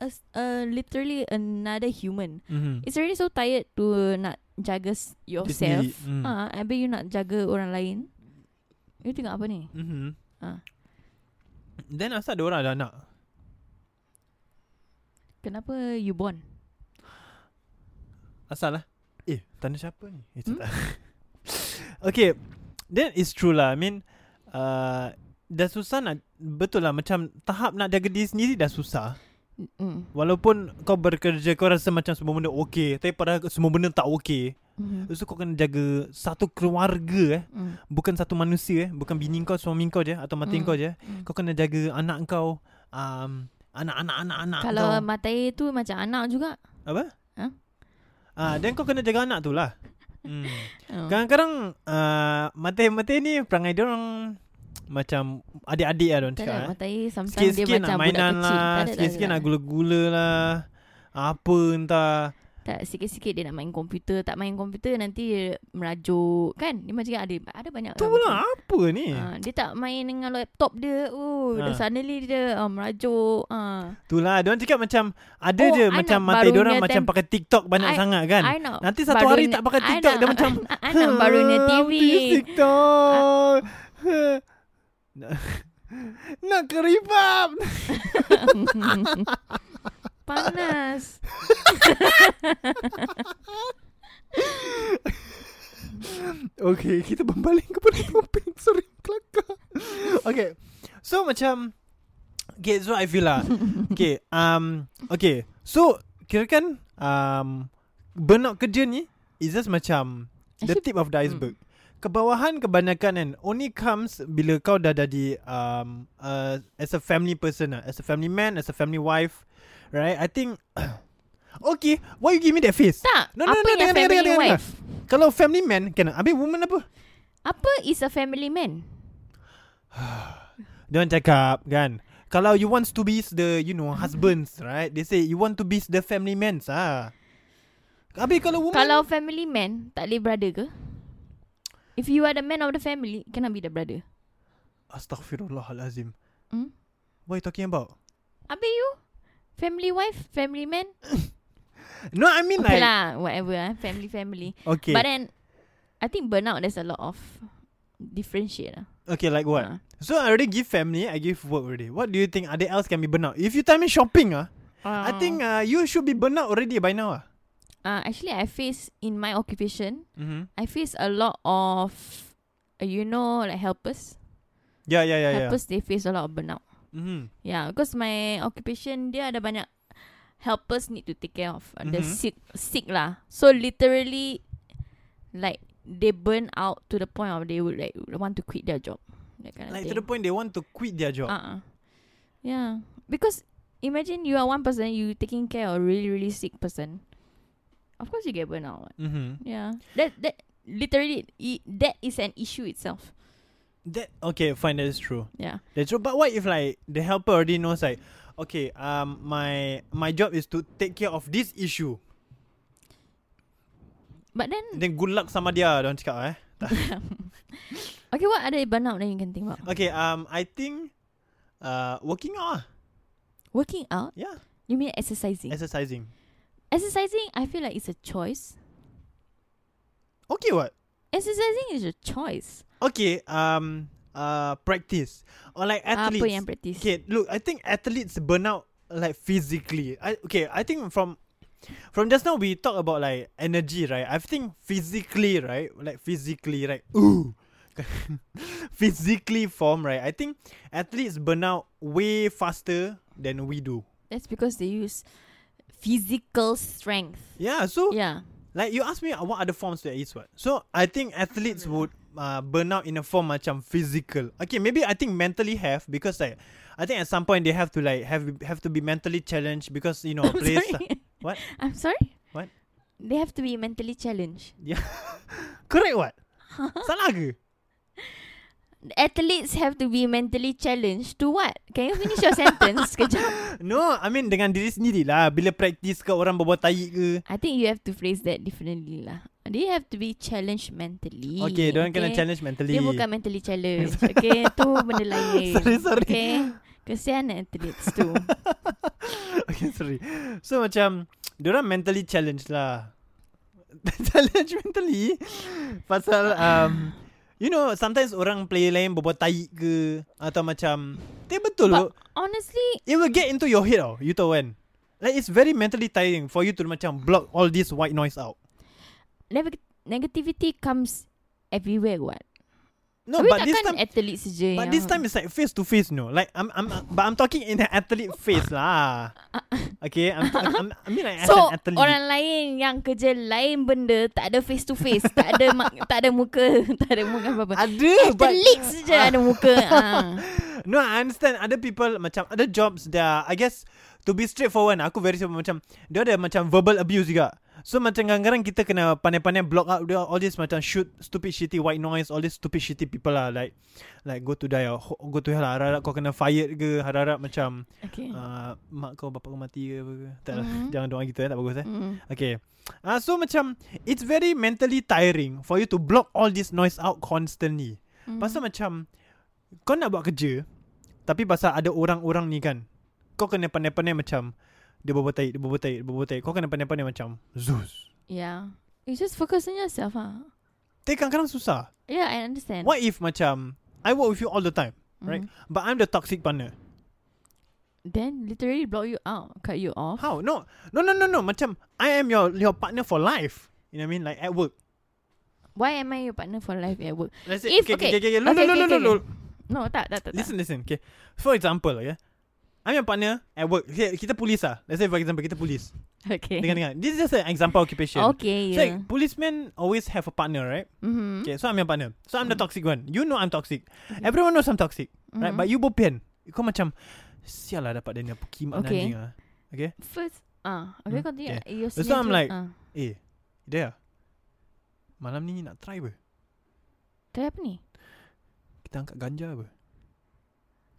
[SPEAKER 3] a, s- a literally another human.
[SPEAKER 1] Mhm.
[SPEAKER 3] It's already so tired to not jaga s- yourself.
[SPEAKER 1] sendiri, mm.
[SPEAKER 3] Ah, uh, you nak jaga orang lain. You tengok apa ni?
[SPEAKER 1] mm-hmm.
[SPEAKER 3] Ah.
[SPEAKER 1] Then asal dia orang ada anak
[SPEAKER 3] Kenapa you born?
[SPEAKER 1] Asal lah Eh tanda siapa ni Eh
[SPEAKER 3] Hmm?
[SPEAKER 1] tak tak. Okay Then it's true lah I mean uh, Dah susah nak Betul lah Macam tahap nak jaga diri sendiri Dah susah
[SPEAKER 3] Mm.
[SPEAKER 1] Walaupun kau bekerja Kau rasa macam semua benda okey Tapi pada semua benda tak okey
[SPEAKER 3] Mhm.
[SPEAKER 1] Lepas tu kau kena jaga Satu keluarga eh
[SPEAKER 3] Mm.
[SPEAKER 1] Bukan satu manusia eh Bukan bini kau Suami kau je Atau mati
[SPEAKER 3] Mm.
[SPEAKER 1] kau je eh. Kau kena jaga anak kau um, Anak-anak-anak-anak
[SPEAKER 3] Kalau
[SPEAKER 1] kau
[SPEAKER 3] matai tu macam anak juga.
[SPEAKER 1] Apa?
[SPEAKER 3] Ha?
[SPEAKER 1] Ah, dan kau kena jaga anak tu lah hmm.
[SPEAKER 3] Oh.
[SPEAKER 1] Kadang-kadang uh, Mata-mata ni Perangai dia orang Macam Adik-adik lah Diorang
[SPEAKER 3] Tak
[SPEAKER 1] cakap eh.
[SPEAKER 3] ada matai sometimes dia
[SPEAKER 1] Sikit-sikit nak
[SPEAKER 3] macam budak
[SPEAKER 1] mainan
[SPEAKER 3] kecil.
[SPEAKER 1] lah
[SPEAKER 3] tak ada, tak
[SPEAKER 1] Sikit-sikit
[SPEAKER 3] ada.
[SPEAKER 1] nak gula-gula lah Apa entah
[SPEAKER 3] Tak tak sikit-sikit dia nak main komputer tak main komputer nanti dia merajuk kan dia macam ada ada banyak
[SPEAKER 1] Tu
[SPEAKER 3] orang
[SPEAKER 1] lah
[SPEAKER 3] macam-
[SPEAKER 1] apa ni?
[SPEAKER 3] Ah, dia tak main dengan laptop dia oh
[SPEAKER 1] Ah.
[SPEAKER 3] ha. suddenly dia ah, merajuk ah
[SPEAKER 1] Itulah Diorang cakap macam Ada
[SPEAKER 3] Oh,
[SPEAKER 1] je
[SPEAKER 3] anak
[SPEAKER 1] macam Mata
[SPEAKER 3] barunya
[SPEAKER 1] diorang macam
[SPEAKER 3] tem-
[SPEAKER 1] pakai TikTok Banyak
[SPEAKER 3] I-
[SPEAKER 1] sangat kan
[SPEAKER 3] anak
[SPEAKER 1] Nanti satu hari
[SPEAKER 3] barunya-
[SPEAKER 1] tak pakai TikTok Dia
[SPEAKER 3] anak-
[SPEAKER 1] macam
[SPEAKER 3] anak barunya
[SPEAKER 1] "Huh,
[SPEAKER 3] TV."
[SPEAKER 1] aku use TikTok
[SPEAKER 3] Ha.
[SPEAKER 1] Nak keripap
[SPEAKER 3] panas
[SPEAKER 1] Okay Kita berbalik kepada topik Sorry kelakar Okay So macam Okay so I feel lah Okay um, Okay So Kirakan um, Burnout kerja ni Is just macam The tip of the iceberg Kebawahan kebanyakan kan Only comes Bila kau dah jadi um, uh, As a family person lah As a family man As a family wife Right I think Okay Why you give me that face
[SPEAKER 3] Tak, apa yang family wife?
[SPEAKER 1] Kalau family man Kena Habis woman apa
[SPEAKER 3] apa is a family man
[SPEAKER 1] Dia orang cakap kan Kalau you want to be the You know husbands right They say you want to be the family mans ah. Habis kalau woman
[SPEAKER 3] kalau family man tak boleh brother ke if you are the man of the family cannot be the brother
[SPEAKER 1] Astaghfirullahalazim
[SPEAKER 3] Hmm?
[SPEAKER 1] What are you talking about?
[SPEAKER 3] Habis you Family wife Family man
[SPEAKER 1] No I mean
[SPEAKER 3] Okay
[SPEAKER 1] like
[SPEAKER 3] lah Whatever eh. Family family
[SPEAKER 1] Okay.
[SPEAKER 3] But then I think burnout There's a lot of Differentiate lah
[SPEAKER 1] Okay like what? So I already give family I give work already What do you think other else can be burnout? If you time in shopping ah,
[SPEAKER 3] Oh.
[SPEAKER 1] I think uh, you should be burnout already by now ah.
[SPEAKER 3] uh, Actually I face In my occupation
[SPEAKER 1] Mhm.
[SPEAKER 3] I face a lot of uh, You know Like helpers
[SPEAKER 1] Yeah yeah yeah yeah
[SPEAKER 3] Helpers they face a lot of burnout
[SPEAKER 1] Mhm.
[SPEAKER 3] Yeah Because my occupation Dia ada banyak Helpers need to take care of uh, The
[SPEAKER 1] Mhm.
[SPEAKER 3] sick Sick lah So literally Like They burn out To the point of They would like Want to quit their job That kind of
[SPEAKER 1] Like
[SPEAKER 3] thing
[SPEAKER 1] to the point they want to quit their job
[SPEAKER 3] Uh-uh. Yeah. Because imagine you are one person, you taking care of a really, really sick person. Of course you get burnout. what.
[SPEAKER 1] Mhm.
[SPEAKER 3] Yeah. That that literally i- that is an issue itself.
[SPEAKER 1] That okay, fine, that is true.
[SPEAKER 3] Yeah.
[SPEAKER 1] That's true. But what if like the helper already knows like, okay, um, my my job is to take care of this issue.
[SPEAKER 3] But then
[SPEAKER 1] Then good luck sama dia, don't cakap eh. Mm.
[SPEAKER 3] okay, what other burnout that you can think about?
[SPEAKER 1] Okay, um, I think, uh, working out, ah,
[SPEAKER 3] Working out?
[SPEAKER 1] Yeah.
[SPEAKER 3] You mean exercising?
[SPEAKER 1] exercising.
[SPEAKER 3] exercising I feel like it's a choice.
[SPEAKER 1] Okay, what?
[SPEAKER 3] Exercising is a choice.
[SPEAKER 1] Okay, um, uh, practice or like
[SPEAKER 3] Apa
[SPEAKER 1] athletes.
[SPEAKER 3] yang practice?
[SPEAKER 1] Okay, look, I think athletes burn out like physically. I okay, I think from from just now we talk about like energy, right? I think physically, right? Like physically, right? Ooh. physically form, right? I think athletes burn out way faster than we do.
[SPEAKER 3] That's because they use physical strength.
[SPEAKER 1] Yeah, so
[SPEAKER 3] Yeah.
[SPEAKER 1] Like you ask me uh, what other forms there is what. So I think athletes would uh, burn out in a form macam physical. Okay, maybe I think mentally have because like I think at some point they have to like have have to be mentally challenged because you know uh,
[SPEAKER 3] I'm
[SPEAKER 1] players
[SPEAKER 3] sorry.
[SPEAKER 1] what?
[SPEAKER 3] I'm sorry?
[SPEAKER 1] What?
[SPEAKER 3] They have to be mentally challenged.
[SPEAKER 1] Yeah. Correct what? Salah ke?
[SPEAKER 3] athletes have to be mentally challenged to what? Can you finish your sentence sekejap?
[SPEAKER 1] No, I mean dengan diri sendiri lah. Bila practice ke orang berbual tai ke.
[SPEAKER 3] I think you have to phrase that differently lah. They have to be challenged mentally.
[SPEAKER 1] Okay, diorang kena challenge mentally.
[SPEAKER 3] Dia bukan mentally challenged. Okay, tu benda lain.
[SPEAKER 1] Sorry, sorry.
[SPEAKER 3] Okay. Kesian athletes tu.
[SPEAKER 1] Okay, sorry. So macam diorang mentally challenged lah. challenge mentally pasal um you know sometimes orang player lain berbuat tai ke atau macam dia betul
[SPEAKER 3] But
[SPEAKER 1] loh.
[SPEAKER 3] honestly,
[SPEAKER 1] It will get into your head tau. You tahu kan? Like it's very mentally tiring for you to macam block all this white noise out.
[SPEAKER 3] neg- negativity comes everywhere what?
[SPEAKER 1] No,
[SPEAKER 3] Tapi
[SPEAKER 1] but this
[SPEAKER 3] takkan lah.
[SPEAKER 1] time
[SPEAKER 3] athletes je
[SPEAKER 1] but
[SPEAKER 3] yang-
[SPEAKER 1] this time it's like face to face no. Like I'm I'm but I'm talking in an athlete face lah. Okay, I'm, I'm, I mean like as
[SPEAKER 3] So
[SPEAKER 1] an athlete.
[SPEAKER 3] orang lain yang kerja lain benda tak ada face to face, tak ada mak, tak ada muka, tak ada muka apa-apa.
[SPEAKER 1] Ada but-
[SPEAKER 3] Athletes je ada muka. Ah.
[SPEAKER 1] No, I understand. Other people macam other jobs. There, are, I guess to be straightforward aku very simple macam dia ada macam verbal abuse juga. So macam kadang-kadang kita kena pandai-pandai block out dia all this macam shoot stupid shitty white noise all this stupid shitty people lah like like go to die or ho- go to hell lah. harap-harap kau kena fired ke harap-harap macam
[SPEAKER 3] Okay.
[SPEAKER 1] uh, mak kau bapak kau mati ke apa ke. Tak lah
[SPEAKER 3] Mhm.
[SPEAKER 1] jangan doa kita eh tak bagus eh.
[SPEAKER 3] Mm.
[SPEAKER 1] Okay. Ah uh, so macam it's very mentally tiring for you to block all this noise out constantly.
[SPEAKER 3] Mm.
[SPEAKER 1] Mm. Pasal macam kau nak buat kerja tapi pasal ada orang-orang ni kan. Kau kena pandai-pandai macam dia berbual tahi, dia berbual tahi, dia berbual tahi. Kau kena pandai-pandai macam Zeus.
[SPEAKER 3] Yeah. You ya. just focus on yourself, huh?
[SPEAKER 1] Tapi kadang-kadang susah.
[SPEAKER 3] Yeah, I understand.
[SPEAKER 1] What if macam I work with you all the time,
[SPEAKER 3] Mhm.
[SPEAKER 1] right? But I'm the toxic partner.
[SPEAKER 3] Then literally block you out, cut you off.
[SPEAKER 1] How? No. No no no no macam I am your your partner for life. You know what I mean? Like at work.
[SPEAKER 3] Why am I your partner for life at work?
[SPEAKER 1] Let's say
[SPEAKER 3] If
[SPEAKER 1] okay, okay, okay, okay. No,
[SPEAKER 3] okay,
[SPEAKER 1] no, no,
[SPEAKER 3] okay,
[SPEAKER 1] no,
[SPEAKER 3] okay,
[SPEAKER 1] no, no.
[SPEAKER 3] okay. No, tak, tak, tak. tak.
[SPEAKER 1] Listen, listen. Okay. For example, okay. I'm your partner at work. Okay, kita polis lah. Let's say for example, kita polis.
[SPEAKER 3] Okay.
[SPEAKER 1] Dengar, dengar. This is just an example occupation.
[SPEAKER 3] Eh. Okay,
[SPEAKER 1] So,
[SPEAKER 3] yeah.
[SPEAKER 1] like, policemen always have a partner, right?
[SPEAKER 3] Mhm.
[SPEAKER 1] Okay, so I'm your partner. So, I'm the
[SPEAKER 3] Hmm.
[SPEAKER 1] toxic one. You know I'm toxic.
[SPEAKER 3] Mm-hmm.
[SPEAKER 1] Everyone knows I'm toxic. Right?
[SPEAKER 3] Mhm.
[SPEAKER 1] But you bopian. Kau macam, sial lah dapat dia ni. Kimak
[SPEAKER 3] Okay.
[SPEAKER 1] okay. anjing lah. Okay?
[SPEAKER 3] First, ah, uh, okay,
[SPEAKER 1] Hmm,
[SPEAKER 3] continue.
[SPEAKER 1] okay.
[SPEAKER 3] Your
[SPEAKER 1] So I'm
[SPEAKER 3] signature-
[SPEAKER 1] like-
[SPEAKER 3] ah.
[SPEAKER 1] Eh, dia Malam ni nak try apa?
[SPEAKER 3] Try apa ni?
[SPEAKER 1] Kita angkat ganja apa?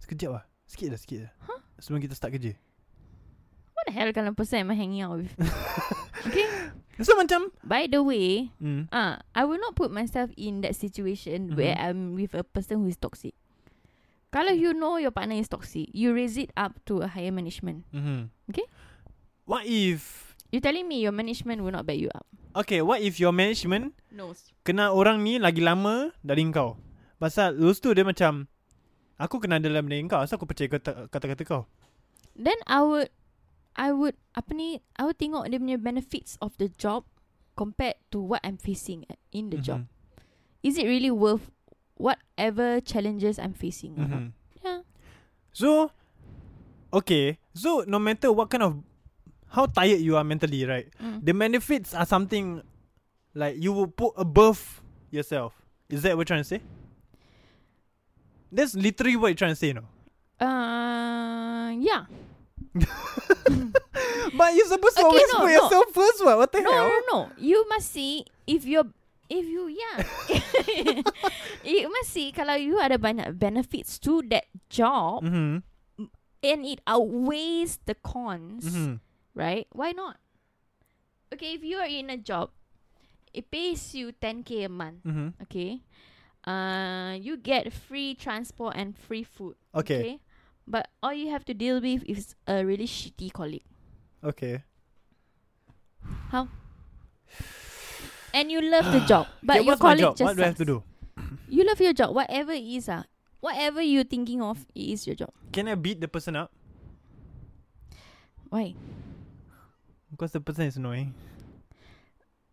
[SPEAKER 1] Sekejap lah. Sikit lah, sikit lah. Huh? Sebelum kita start kerja.
[SPEAKER 3] What the hell kind of person am I hanging out with? okay.
[SPEAKER 1] So, macam,
[SPEAKER 3] By the way,
[SPEAKER 1] mm,
[SPEAKER 3] ah, I will not put myself in that situation where
[SPEAKER 1] Mhm.
[SPEAKER 3] I'm with a person who is toxic. Kalau you know your partner is toxic, you raise it up to a higher management.
[SPEAKER 1] Mm-hmm.
[SPEAKER 3] Okay.
[SPEAKER 1] What if
[SPEAKER 3] You telling me your management will not back you up?
[SPEAKER 1] Okay what if your management
[SPEAKER 3] No.
[SPEAKER 1] Kenal orang ni lagi lama Dari kau Pasal Lepas tu dia macam Aku kenal dalam dari kau Asal aku percaya kata- kata-kata kau
[SPEAKER 3] Then I would I would apa ni I would tengok dia punya benefits of the job compared to what I'm facing at-
[SPEAKER 1] Mhm. Mm-hmm.
[SPEAKER 3] in the job. Is it really worth whatever challenges I'm facing? or not?
[SPEAKER 1] mm-hmm.
[SPEAKER 3] Yeah.
[SPEAKER 1] So Okay So no matter what kind of How tired you are mentally right
[SPEAKER 3] Mm.
[SPEAKER 1] The benefits are something Like you will put above Yourself Is that what you're trying to say? That's literally what you're trying to say you know
[SPEAKER 3] Uh, yeah.
[SPEAKER 1] But you're supposed to
[SPEAKER 3] Okay,
[SPEAKER 1] always
[SPEAKER 3] no,
[SPEAKER 1] put
[SPEAKER 3] no.
[SPEAKER 1] yourself first what? What the
[SPEAKER 3] No,
[SPEAKER 1] hell?
[SPEAKER 3] no, no. You must see if you're if you yeah. you must see kalau you ada banyak benefits to that job
[SPEAKER 1] Mm-hmm.
[SPEAKER 3] and it outweighs the cons.
[SPEAKER 1] Mm-hmm.
[SPEAKER 3] right? Why not? Okay, if you are in a job, it pays you 10k a month.
[SPEAKER 1] Mm-hmm.
[SPEAKER 3] Okay, uh, you get free transport and free food.
[SPEAKER 1] Okay.
[SPEAKER 3] but all you have to deal with is a really shitty colleague.
[SPEAKER 1] Okay.
[SPEAKER 3] How? And you love the job, but
[SPEAKER 1] okay,
[SPEAKER 3] your
[SPEAKER 1] what's my
[SPEAKER 3] colleague
[SPEAKER 1] job?
[SPEAKER 3] just
[SPEAKER 1] What do I have to
[SPEAKER 3] sucks.
[SPEAKER 1] do?
[SPEAKER 3] You love your job, whatever it is ah, whatever you thinking of it is your job.
[SPEAKER 1] Can I beat the person up?
[SPEAKER 3] Why?
[SPEAKER 1] Because the person is annoying.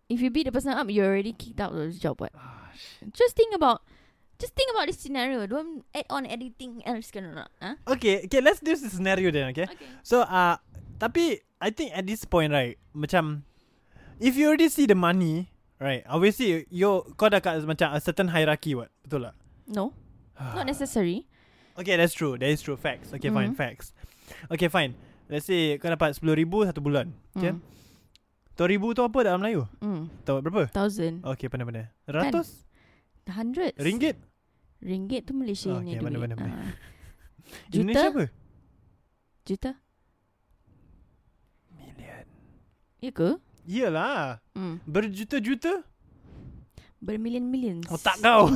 [SPEAKER 3] if you beat the person up, you're already kicked out of the job. What?
[SPEAKER 1] Ah,
[SPEAKER 3] just think about, just think about this scenario. Don't add on anything else, can or not? ah? Huh?
[SPEAKER 1] Okay, okay, let's do this scenario then, okay?
[SPEAKER 3] Okay.
[SPEAKER 1] So, uh, tapi I think at this point, right, macam if you already see the money, right, obviously you kau dah kat macam a certain hierarchy, what, betul tak?
[SPEAKER 3] No, not necessary.
[SPEAKER 1] Okay, that's true. That is true. Facts. Okay, fine.
[SPEAKER 3] Mhm.
[SPEAKER 1] Facts. Okay, fine. Let's say kau dapat RM10,000 satu bulan. Okay?
[SPEAKER 3] Mm.
[SPEAKER 1] RM10,000 tu apa dalam Melayu?
[SPEAKER 3] Mm.
[SPEAKER 1] Tahu berapa?
[SPEAKER 3] Thousand,
[SPEAKER 1] Okay, pandai-pandai. Ratus?
[SPEAKER 3] hundreds,
[SPEAKER 1] Uh, Ringgit?
[SPEAKER 3] ringgit tu Malaysia
[SPEAKER 1] Oh,
[SPEAKER 3] ni
[SPEAKER 1] okay, mana,
[SPEAKER 3] duit.
[SPEAKER 1] mana, mana.
[SPEAKER 3] Ah.
[SPEAKER 1] Indonesia
[SPEAKER 3] Juta,
[SPEAKER 1] apa?
[SPEAKER 3] juta, million. Ya ke?
[SPEAKER 1] Iyalah.
[SPEAKER 3] Mm.
[SPEAKER 1] Berjuta-juta?
[SPEAKER 3] Bermilion-million.
[SPEAKER 1] Otak kau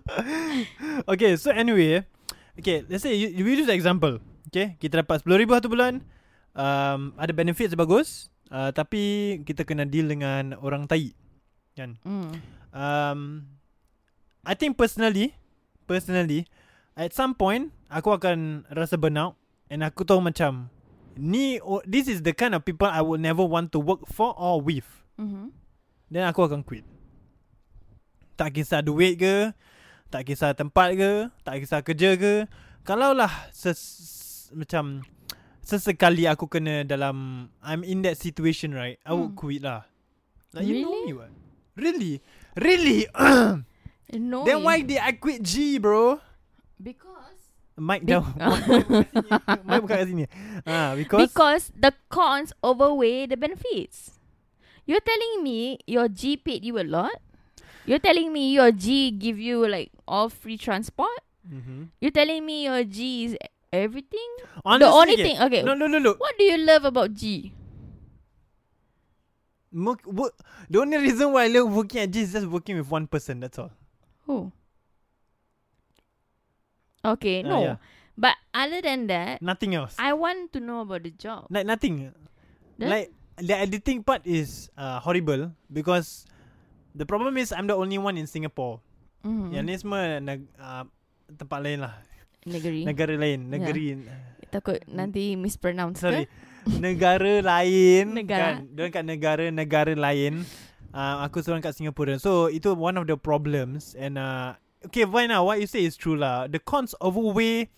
[SPEAKER 1] Okay so anyway Okay let's say you, We use the example Okay Kita dapat RM10,000 satu bulan um, Ada benefits bagus uh, Tapi Kita kena deal dengan Orang tai Kan
[SPEAKER 3] Mm.
[SPEAKER 1] um, I think personally Personally At some point Aku akan Rasa burnout And aku tahu macam Ni oh, This is the kind of people I would never want to work for Or with
[SPEAKER 3] Mm-hmm.
[SPEAKER 1] Then aku akan quit Tak kisah duit ke Tak kisah tempat ke Tak kisah kerja ke Kalaulah ses, Macam Sesekali aku kena dalam I'm in that situation right I would
[SPEAKER 3] Hmm.
[SPEAKER 1] quit lah Like you know
[SPEAKER 3] Really?
[SPEAKER 1] me what Really Really
[SPEAKER 3] No.
[SPEAKER 1] Then
[SPEAKER 3] eh.
[SPEAKER 1] why did I quit G bro
[SPEAKER 3] Because
[SPEAKER 1] Mic down. Mic bukan kat sini. Ah, because,
[SPEAKER 3] Because the cons overweigh the benefits. You're telling me your G paid you a lot. You're telling me your G give you like all free transport.
[SPEAKER 1] Mhm.
[SPEAKER 3] You're telling me your G is everything.
[SPEAKER 1] Honestly,
[SPEAKER 3] the only
[SPEAKER 1] okay.
[SPEAKER 3] thing, okay.
[SPEAKER 1] No, no, no, no.
[SPEAKER 3] What do you love about G?
[SPEAKER 1] Mo- wo- the only reason why I love working at G is just working with one person. That's all.
[SPEAKER 3] Who? Oh. Okay,
[SPEAKER 1] Ah,
[SPEAKER 3] no.
[SPEAKER 1] yeah.
[SPEAKER 3] But other than that,
[SPEAKER 1] Nothing else.
[SPEAKER 3] I want to know about the job.
[SPEAKER 1] Like nothing.
[SPEAKER 3] Then-
[SPEAKER 1] Like the editing part is uh, horrible because the problem is I'm the only one in Singapore.
[SPEAKER 3] Mhm.
[SPEAKER 1] Yang ni semua neg- uh, tempat lain lah.
[SPEAKER 3] Negeri.
[SPEAKER 1] Negara
[SPEAKER 3] Ya.
[SPEAKER 1] lain, negeri.
[SPEAKER 3] Takut nanti mispronounce
[SPEAKER 1] Sorry.
[SPEAKER 3] ke?
[SPEAKER 1] negara lain
[SPEAKER 3] Negara.
[SPEAKER 1] kan. Diorang kat negara-negara lain. Uh, aku seorang kat Singapura. So itu one of the problems and uh, okay fine lah what you say is true lah. The cons overweigh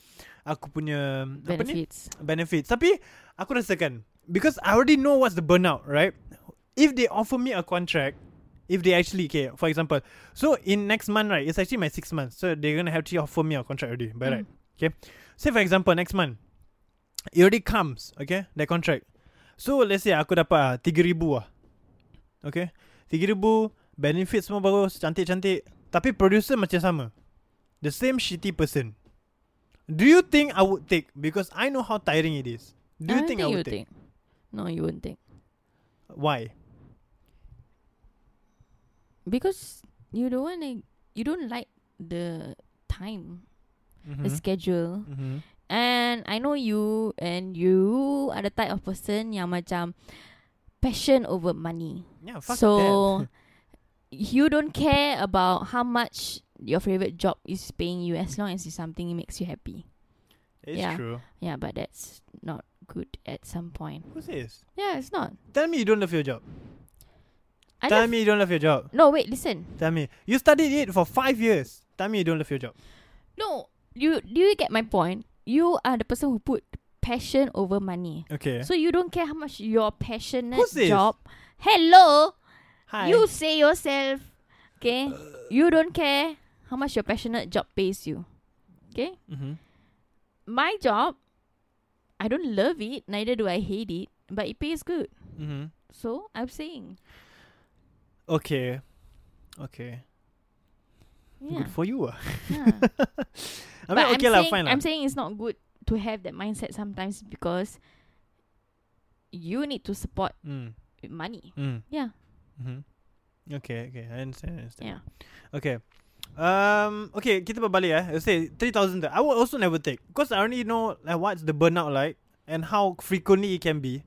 [SPEAKER 1] aku punya
[SPEAKER 3] Benefits.
[SPEAKER 1] apa ni? Benefits. Tapi aku rasakan because I already know what's the burnout, right? If they offer me a contract If they actually okay, for example, so in next month right, it's actually my six months, so they're gonna have to offer me a contract already, by right? Okay, say for example next month, it already comes, okay, the contract. So let's say aku dapat ah, 3000 lah. Okay. 3000 benefit semua bagus, cantik-cantik. Tapi producer macam sama. The same shitty person. Do you think I would take because I know how tiring it is? Do you
[SPEAKER 3] I don't
[SPEAKER 1] think I would take?
[SPEAKER 3] No, you wouldn't think.
[SPEAKER 1] Why?
[SPEAKER 3] Because you don't want to, you don't like the time,
[SPEAKER 1] Mm-hmm.
[SPEAKER 3] the schedule.
[SPEAKER 1] Mhm.
[SPEAKER 3] And I know you and you are the type of person yang macam passion over money.
[SPEAKER 1] Yeah, Oh, fuck
[SPEAKER 3] so you don't care about how much your favorite job is paying you as long as it's something makes you happy.
[SPEAKER 1] It's
[SPEAKER 3] yeah.
[SPEAKER 1] true.
[SPEAKER 3] Yeah, but that's not good at some point.
[SPEAKER 1] Who says?
[SPEAKER 3] Yeah, it's not.
[SPEAKER 1] Tell me you don't love your job.
[SPEAKER 3] I
[SPEAKER 1] Tell
[SPEAKER 3] love-
[SPEAKER 1] me you don't love your job.
[SPEAKER 3] No, wait, listen.
[SPEAKER 1] Tell me. You studied it for five years. Tell me you don't love your job.
[SPEAKER 3] No, you do you get my point? You are the person who put passion over money.
[SPEAKER 1] Okay.
[SPEAKER 3] So you don't care how much your passionate
[SPEAKER 1] Who's this?
[SPEAKER 3] job. Hello.
[SPEAKER 1] Hi.
[SPEAKER 3] You say yourself. Okay. you don't care how much your passionate job pays you. Okay.
[SPEAKER 1] Mhm.
[SPEAKER 3] My job, I don't love it. Neither do I hate it. But it pays good.
[SPEAKER 1] Mhm.
[SPEAKER 3] So I'm saying,
[SPEAKER 1] Okay. Okay.
[SPEAKER 3] yeah.
[SPEAKER 1] Good for you ah.
[SPEAKER 3] Yeah.
[SPEAKER 1] I mean
[SPEAKER 3] but
[SPEAKER 1] okay
[SPEAKER 3] I'm
[SPEAKER 1] lah
[SPEAKER 3] saying,
[SPEAKER 1] fine lah.
[SPEAKER 3] I'm saying it's not good to have that mindset sometimes because you need to support
[SPEAKER 1] Mm.
[SPEAKER 3] money.
[SPEAKER 1] Mm.
[SPEAKER 3] Yeah.
[SPEAKER 1] Mhm. Okay, okay. I understand, I understand.
[SPEAKER 3] Yeah.
[SPEAKER 1] Okay. Um okay, kita berbalik eh. Let's say 3000 tu. I would also never take because I already know like what's the burnout like and how frequently it can be.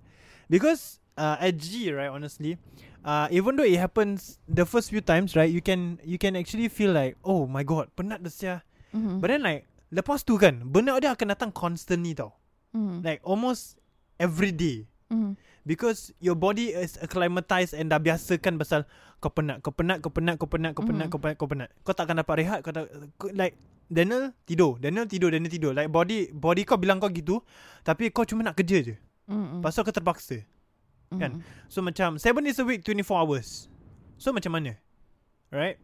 [SPEAKER 1] Because uh, at G right honestly, uh even though it happens the first few times right, you can you can actually feel like oh my god, penat dah sia.
[SPEAKER 3] Mhm.
[SPEAKER 1] But then like lepas tu kan, burnout dia akan datang constantly tau.
[SPEAKER 3] Mhm.
[SPEAKER 1] Like almost every day.
[SPEAKER 3] Mhm.
[SPEAKER 1] Because your body is acclimatized and dah biasakan pasal kau penat, kau penat, kau penat, kau penat, kau penat,
[SPEAKER 3] Mhm.
[SPEAKER 1] kau penat, kau penat. Kau tak akan dapat rehat, kau tak kau- like Daniel tidur, Daniel tidur, Daniel tidur. Like body body kau bilang kau gitu, tapi kau cuma nak kerja je.
[SPEAKER 3] Mhm.
[SPEAKER 1] Pasal kau terpaksa. Kan?
[SPEAKER 3] Mhm.
[SPEAKER 1] So macam 7 days a week 24 hours. So macam mana? Right?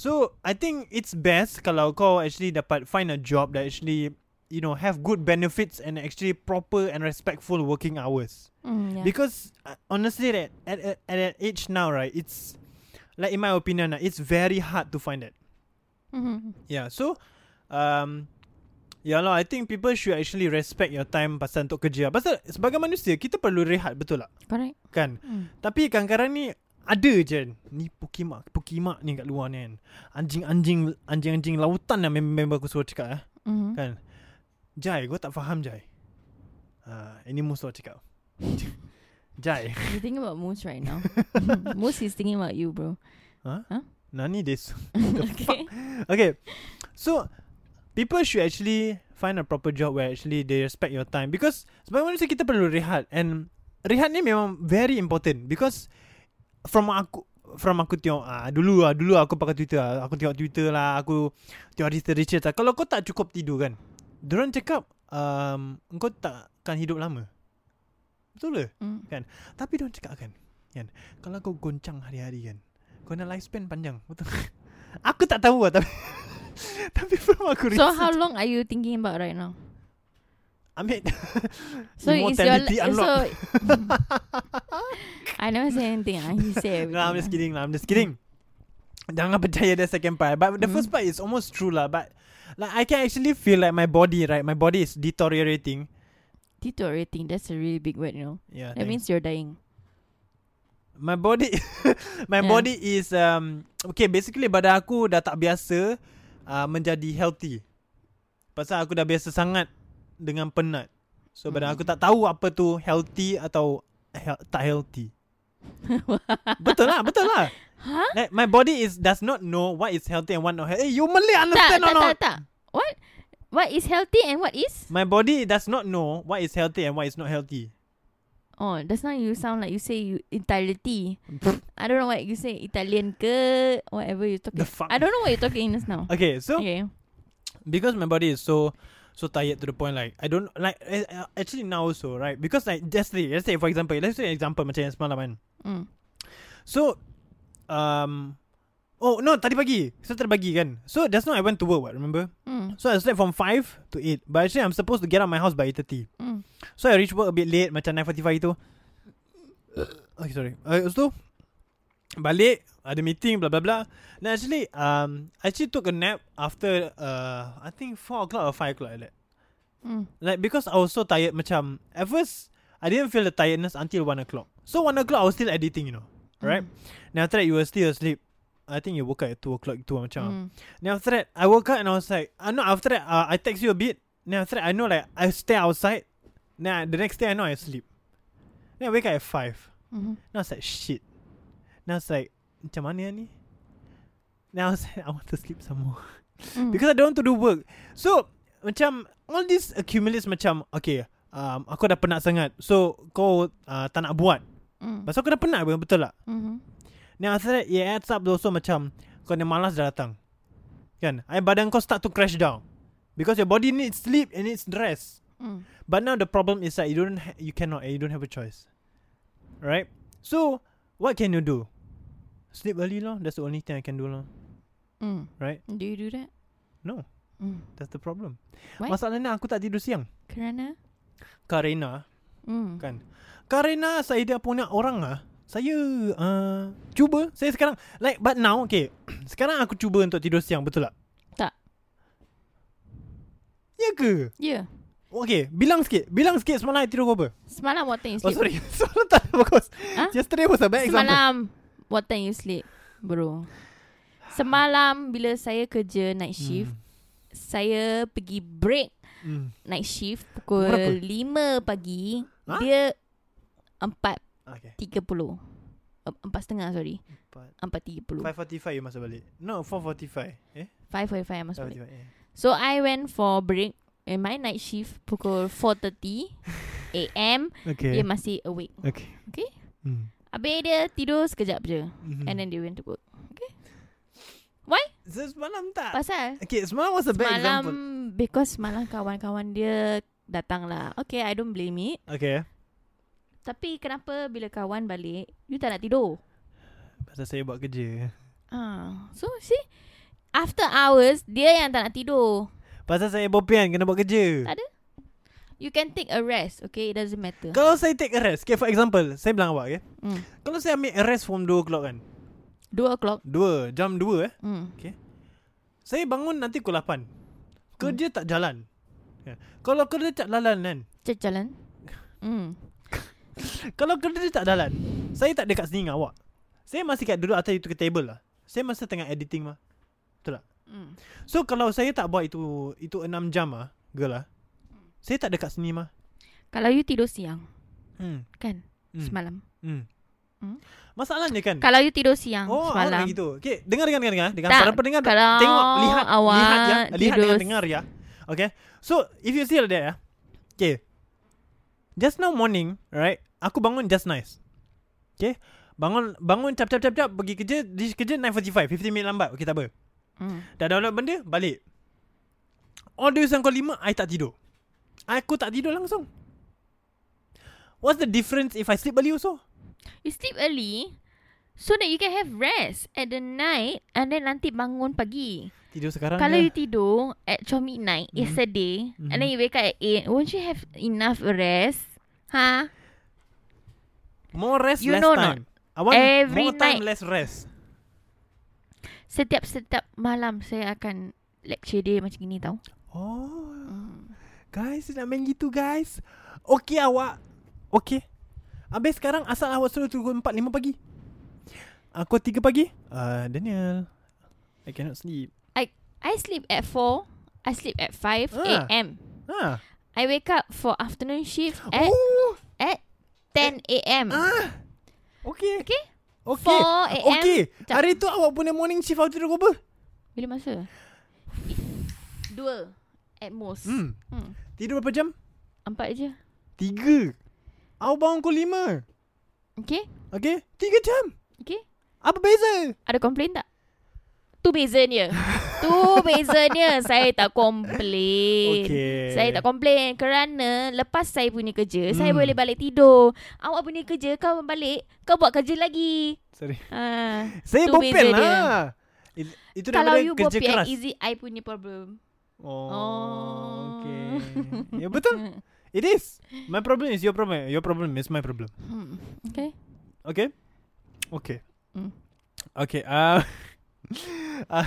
[SPEAKER 1] So I think it's best kalau kau actually dapat find a job that actually you know have good benefits and actually proper and respectful working hours.
[SPEAKER 3] Mm, yeah.
[SPEAKER 1] Because uh, honestly, at at at at an age now, right, it's like in my opinion, uh, it's very hard to find that.
[SPEAKER 3] Mhm.
[SPEAKER 1] Yeah. So, um, yeah lah. I think people should actually respect your time pasal untuk kerja. Pasal sebagai manusia kita perlu rehat betul tak?
[SPEAKER 3] Correct.
[SPEAKER 1] Kan?
[SPEAKER 3] Mm.
[SPEAKER 1] Tapi kadang-kadang ni ada je kan? ni pukimak pukimak ni kat luar ni kan. Anjing-anjing anjing-anjing lautan yang mem- member aku suruh cakap eh.
[SPEAKER 3] Mhm.
[SPEAKER 1] Kan? Jai, kau tak faham Jai. Ha, ini mus suruh cakap. Jai.
[SPEAKER 3] You're thinking about Moose right now. Moose is thinking about you, bro.
[SPEAKER 1] Huh?
[SPEAKER 3] Huh?
[SPEAKER 1] Nani this?
[SPEAKER 3] okay.
[SPEAKER 1] Okay. So people should actually find a proper job where actually they respect your time because sebagai manusia kita perlu rehat and rehat ni memang very important because from aku from aku tengok ah, dulu ah dulu aku pakai Twitter ah, aku tengok Twitter lah aku tengok research lah kalau kau tak cukup tidur kan Diorang cakap um, Engkau tak akan hidup lama Betul ke?
[SPEAKER 3] Mm.
[SPEAKER 1] Kan? Tapi diorang cakap kan, kan Kalau kau goncang hari-hari kan Kau nak lifespan panjang Betul Aku tak tahu lah tapi Tapi from aku
[SPEAKER 3] So how long are you thinking about right now?
[SPEAKER 1] I mean
[SPEAKER 3] So is your
[SPEAKER 1] Immortality
[SPEAKER 3] li- so
[SPEAKER 1] unlocked.
[SPEAKER 3] I never say anything. ah. He said everything.
[SPEAKER 1] No,
[SPEAKER 3] ah.
[SPEAKER 1] I'm just kidding lah. I'm just kidding. Jangan percaya the second part. But the first
[SPEAKER 3] Hmm.
[SPEAKER 1] part is almost true lah. But like I can actually feel like my body, right? My body is deteriorating.
[SPEAKER 3] Deteriorating. That's a really big word, you know.
[SPEAKER 1] Yeah,
[SPEAKER 3] That
[SPEAKER 1] thanks.
[SPEAKER 3] means you're dying.
[SPEAKER 1] My body, my
[SPEAKER 3] Yeah.
[SPEAKER 1] body is um okay. Basically, badan aku dah tak biasa uh, menjadi healthy. Pasal aku dah biasa sangat dengan penat. So badan
[SPEAKER 3] Hmm.
[SPEAKER 1] aku tak tahu apa tu healthy atau he- tak healthy. betul lah, betul lah.
[SPEAKER 3] Huh?
[SPEAKER 1] Like, my body is does not know what is healthy and what not healthy. Hey, you Malay
[SPEAKER 3] Tak,
[SPEAKER 1] understand
[SPEAKER 3] tak,
[SPEAKER 1] or not?
[SPEAKER 3] tak, tak. What? What is healthy and what is?
[SPEAKER 1] My body does not know what is healthy and what is not healthy.
[SPEAKER 3] Oh, just now you sound like you say you Itality. I don't know what you say Italian ke whatever you talking.
[SPEAKER 1] The fuck?
[SPEAKER 3] I don't know what you're talking just now.
[SPEAKER 1] Okay, so
[SPEAKER 3] Okay.
[SPEAKER 1] because my body is so so tired to the point like I don't like eh, eh, actually now also right because like yesterday yesterday for example let's say example macam yang semalam kan
[SPEAKER 3] Mm.
[SPEAKER 1] so um oh no tadi pagi so tadi pagi kan so just now I went to work what remember
[SPEAKER 3] Mm.
[SPEAKER 1] so I slept from 5 to 8 but actually I'm supposed to get out of my house by 8.30
[SPEAKER 3] Mm.
[SPEAKER 1] so I reach work a bit late macam 9.45 itu okay sorry uh, so balik ada meeting blah blah blah Then actually um I actually took a nap after uh I think 4 o'clock or 5 o'clock like that
[SPEAKER 3] Mm.
[SPEAKER 1] like because I was so tired macam at first I didn't feel the tiredness until 1 o'clock so 1 o'clock I was still editing you know right then after that you were still asleep I think you woke up at 2 o'clock itu macam
[SPEAKER 3] Mm.
[SPEAKER 1] then after that I woke up and I was like I know after that uh, I text you a bit then after that I know like I stay outside then I, the next day I know I sleep then I wake up at 5
[SPEAKER 3] Mhm.
[SPEAKER 1] Then I was like, shit. Then I was like, macam mana ni? Then I was like, I want to sleep some more.
[SPEAKER 3] Mm.
[SPEAKER 1] Because I don't want to do work. So, macam, all this accumulates macam, okay, um, aku dah penat sangat. So, kau uh, tak nak buat.
[SPEAKER 3] Mm.
[SPEAKER 1] Pasal aku dah penat, apa, betul tak?
[SPEAKER 3] Mhm.
[SPEAKER 1] Then after that, it adds up also macam, kau ni malas dah datang. Kan? Ay, badan kau start to crash down. Because your body needs sleep and needs rest.
[SPEAKER 3] Mm.
[SPEAKER 1] But now the problem is that you don't, ha- you cannot, and you don't have a choice, right? So what can you do? Sleep early, lor. That's the only thing I can do, lor.
[SPEAKER 3] Mm.
[SPEAKER 1] Right?
[SPEAKER 3] Do you do that?
[SPEAKER 1] No,
[SPEAKER 3] Mm.
[SPEAKER 1] that's the problem.
[SPEAKER 3] Why?
[SPEAKER 1] Masalahnya aku tak tidur siang.
[SPEAKER 3] Kerana?
[SPEAKER 1] Karena
[SPEAKER 3] Mm.
[SPEAKER 1] kan? Karena saya dia punya orang ah. Saya uh, cuba saya sekarang like but now okay. sekarang aku cuba untuk tidur siang betul tak?
[SPEAKER 3] Tak.
[SPEAKER 1] Ya ke?
[SPEAKER 3] Yeah.
[SPEAKER 1] Okay, bilang sikit. Bilang sikit semalam I tidur kau apa?
[SPEAKER 3] Semalam what time you
[SPEAKER 1] Oh
[SPEAKER 3] sleep?
[SPEAKER 1] sorry. Semalam tak ada bagus.
[SPEAKER 3] Huh?
[SPEAKER 1] Yesterday was a bad example.
[SPEAKER 3] Semalam what time you sleep, bro? Semalam bila saya kerja night shift, saya pergi break
[SPEAKER 1] Hmm.
[SPEAKER 3] night shift pukul
[SPEAKER 1] Berapa?
[SPEAKER 3] 5 pagi.
[SPEAKER 1] Ha?
[SPEAKER 3] Dia 4.30.
[SPEAKER 1] Okay.
[SPEAKER 3] Eh, 4.30 sorry.
[SPEAKER 1] Empat.
[SPEAKER 3] 4.30.
[SPEAKER 1] 5.45 you masuk balik. No, 4.45. Eh?
[SPEAKER 3] 5.45 I masuk balik.
[SPEAKER 1] 5.45. Eh.
[SPEAKER 3] So I went for break and my night shift pukul 4.30 AM.
[SPEAKER 1] Okay.
[SPEAKER 3] Dia masih awake.
[SPEAKER 1] Okay.
[SPEAKER 3] Okay?
[SPEAKER 1] Hmm.
[SPEAKER 3] Habis dia tidur sekejap je.
[SPEAKER 1] Mhm.
[SPEAKER 3] And then they went to work. Okay? Why?
[SPEAKER 1] So, semalam tak?
[SPEAKER 3] Pasal?
[SPEAKER 1] okay, semalam was a bad
[SPEAKER 3] Semalam
[SPEAKER 1] example.
[SPEAKER 3] Because semalam kawan-kawan dia Datang lah Okay I don't blame it
[SPEAKER 1] Okay.
[SPEAKER 3] Tapi kenapa bila kawan balik You tak nak tidur
[SPEAKER 1] Pasal saya buat kerja.
[SPEAKER 3] ah. So see After hours Dia yang tak nak tidur
[SPEAKER 1] Pasal saya bopian kena buat kerja.
[SPEAKER 3] Tak ada You can take a rest Okay it doesn't matter
[SPEAKER 1] Kalau saya take a rest, okay, for example, saya bilang awak, okay?
[SPEAKER 3] mm.
[SPEAKER 1] Kalau saya ambil a rest from 2 o'clock kan?
[SPEAKER 3] Dua o'clock
[SPEAKER 1] 2, jam 2 eh.
[SPEAKER 3] mm.
[SPEAKER 1] Saya bangun nanti pukul 8. Kerja tak jalan. Ya. Kalau kerja tak jalan kan?
[SPEAKER 3] Cek jalan mm.
[SPEAKER 1] Kalau kerja tak jalan, saya tak dekat sini dengan awak. Saya masih kat duduk atas itu ke table lah. Saya masih tengah editing mah. Betul tak?
[SPEAKER 3] Mm.
[SPEAKER 1] So kalau saya tak buat itu itu 6 jam ah, girl ah. Saya tak dekat sini mah.
[SPEAKER 3] Kalau you tidur siang
[SPEAKER 1] Hmm.
[SPEAKER 3] Kan
[SPEAKER 1] Hmm.
[SPEAKER 3] Semalam
[SPEAKER 1] Hmm.
[SPEAKER 3] Hmm?
[SPEAKER 1] Masalahnya kan?
[SPEAKER 3] Kalau you tidur siang
[SPEAKER 1] oh,
[SPEAKER 3] Semalam
[SPEAKER 1] awak gitu. Okay, dengar dengar dengar dengar. Dengan
[SPEAKER 3] Tak,
[SPEAKER 1] para pendengar
[SPEAKER 3] kalau
[SPEAKER 1] tengok lihat
[SPEAKER 3] awak
[SPEAKER 1] lihat ya, lihat
[SPEAKER 3] tidur
[SPEAKER 1] dengan dengar ya. Okay. So, if you see like that ya. Okay. Just now morning, right? Aku bangun just nice. Okay. Bangun bangun cap cap cap cap pergi kerja, di kerja 9:45, 15 minit lambat. Okay, tak apa.
[SPEAKER 3] mm.
[SPEAKER 1] Dah download benda Balik All the way sampai lima I tak tidur Aku tak tidur langsung What's the difference If I sleep early also
[SPEAKER 3] You sleep early so that you can have rest at the night and then nanti bangun pagi.
[SPEAKER 1] Tidur sekarang
[SPEAKER 3] Kalau
[SPEAKER 1] je.
[SPEAKER 3] you tidur at 12 midnight mm-hmm. yesterday mm-hmm. and then you wake up at 8, won't you have enough rest? Ha? Huh?
[SPEAKER 1] More rest,
[SPEAKER 3] You
[SPEAKER 1] less
[SPEAKER 3] know
[SPEAKER 1] time.
[SPEAKER 3] not.
[SPEAKER 1] I want
[SPEAKER 3] Every
[SPEAKER 1] more time,
[SPEAKER 3] night-
[SPEAKER 1] less rest.
[SPEAKER 3] Setiap-setiap malam saya akan lecture dia macam gini tau.
[SPEAKER 1] Oh. Guys, dia nak main gitu guys. Okey awak. Okey. Habis sekarang asal awak suruh turun 4 5 pagi. Aku 3 pagi. Uh, Daniel. I cannot sleep.
[SPEAKER 3] I I sleep at 4, I sleep at 5
[SPEAKER 1] Ah.
[SPEAKER 3] a.m.
[SPEAKER 1] Ah.
[SPEAKER 3] I wake up for afternoon shift at at 10 a.m.
[SPEAKER 1] Oh. Ah. Okey.
[SPEAKER 3] Okay?
[SPEAKER 1] Okey.
[SPEAKER 3] 4 a.m.
[SPEAKER 1] Okey.
[SPEAKER 3] Jap.
[SPEAKER 1] Hari tu awak punya morning shift awak tidur berapa?
[SPEAKER 3] Bila masa? Dua at most.
[SPEAKER 1] Hmm.
[SPEAKER 3] Hmm.
[SPEAKER 1] Tidur berapa jam?
[SPEAKER 3] Empat je.
[SPEAKER 1] 3. Awak bangun pukul 5.
[SPEAKER 3] Okay?
[SPEAKER 1] Okey. 3 jam.
[SPEAKER 3] Okay?
[SPEAKER 1] Apa beza?
[SPEAKER 3] Ada komplain tak? Tu bezanya. tu bezanya. Saya tak komplain.
[SPEAKER 1] Okey.
[SPEAKER 3] Saya tak komplain kerana lepas saya punya kerja, hmm. saya
[SPEAKER 1] Hmm.
[SPEAKER 3] boleh balik tidur. Awak punya kerja, kau balik, kau buat kerja lagi.
[SPEAKER 1] Sorry.
[SPEAKER 3] Ah,
[SPEAKER 1] Saya
[SPEAKER 3] tu beza
[SPEAKER 1] bopel
[SPEAKER 3] dia.
[SPEAKER 1] lah. It- Itu
[SPEAKER 3] Kalau
[SPEAKER 1] daripada
[SPEAKER 3] you
[SPEAKER 1] kerja
[SPEAKER 3] buat
[SPEAKER 1] keras.
[SPEAKER 3] keras. easy, I punya problem.
[SPEAKER 1] Oh,
[SPEAKER 3] Oh.
[SPEAKER 1] okay. ya
[SPEAKER 3] Hmm.
[SPEAKER 1] betul. It is. My problem is your problem. Your problem is my problem.
[SPEAKER 3] Hmm. Okay.
[SPEAKER 1] Okay? Okay.
[SPEAKER 3] Mm.
[SPEAKER 1] Okay. Uh, uh,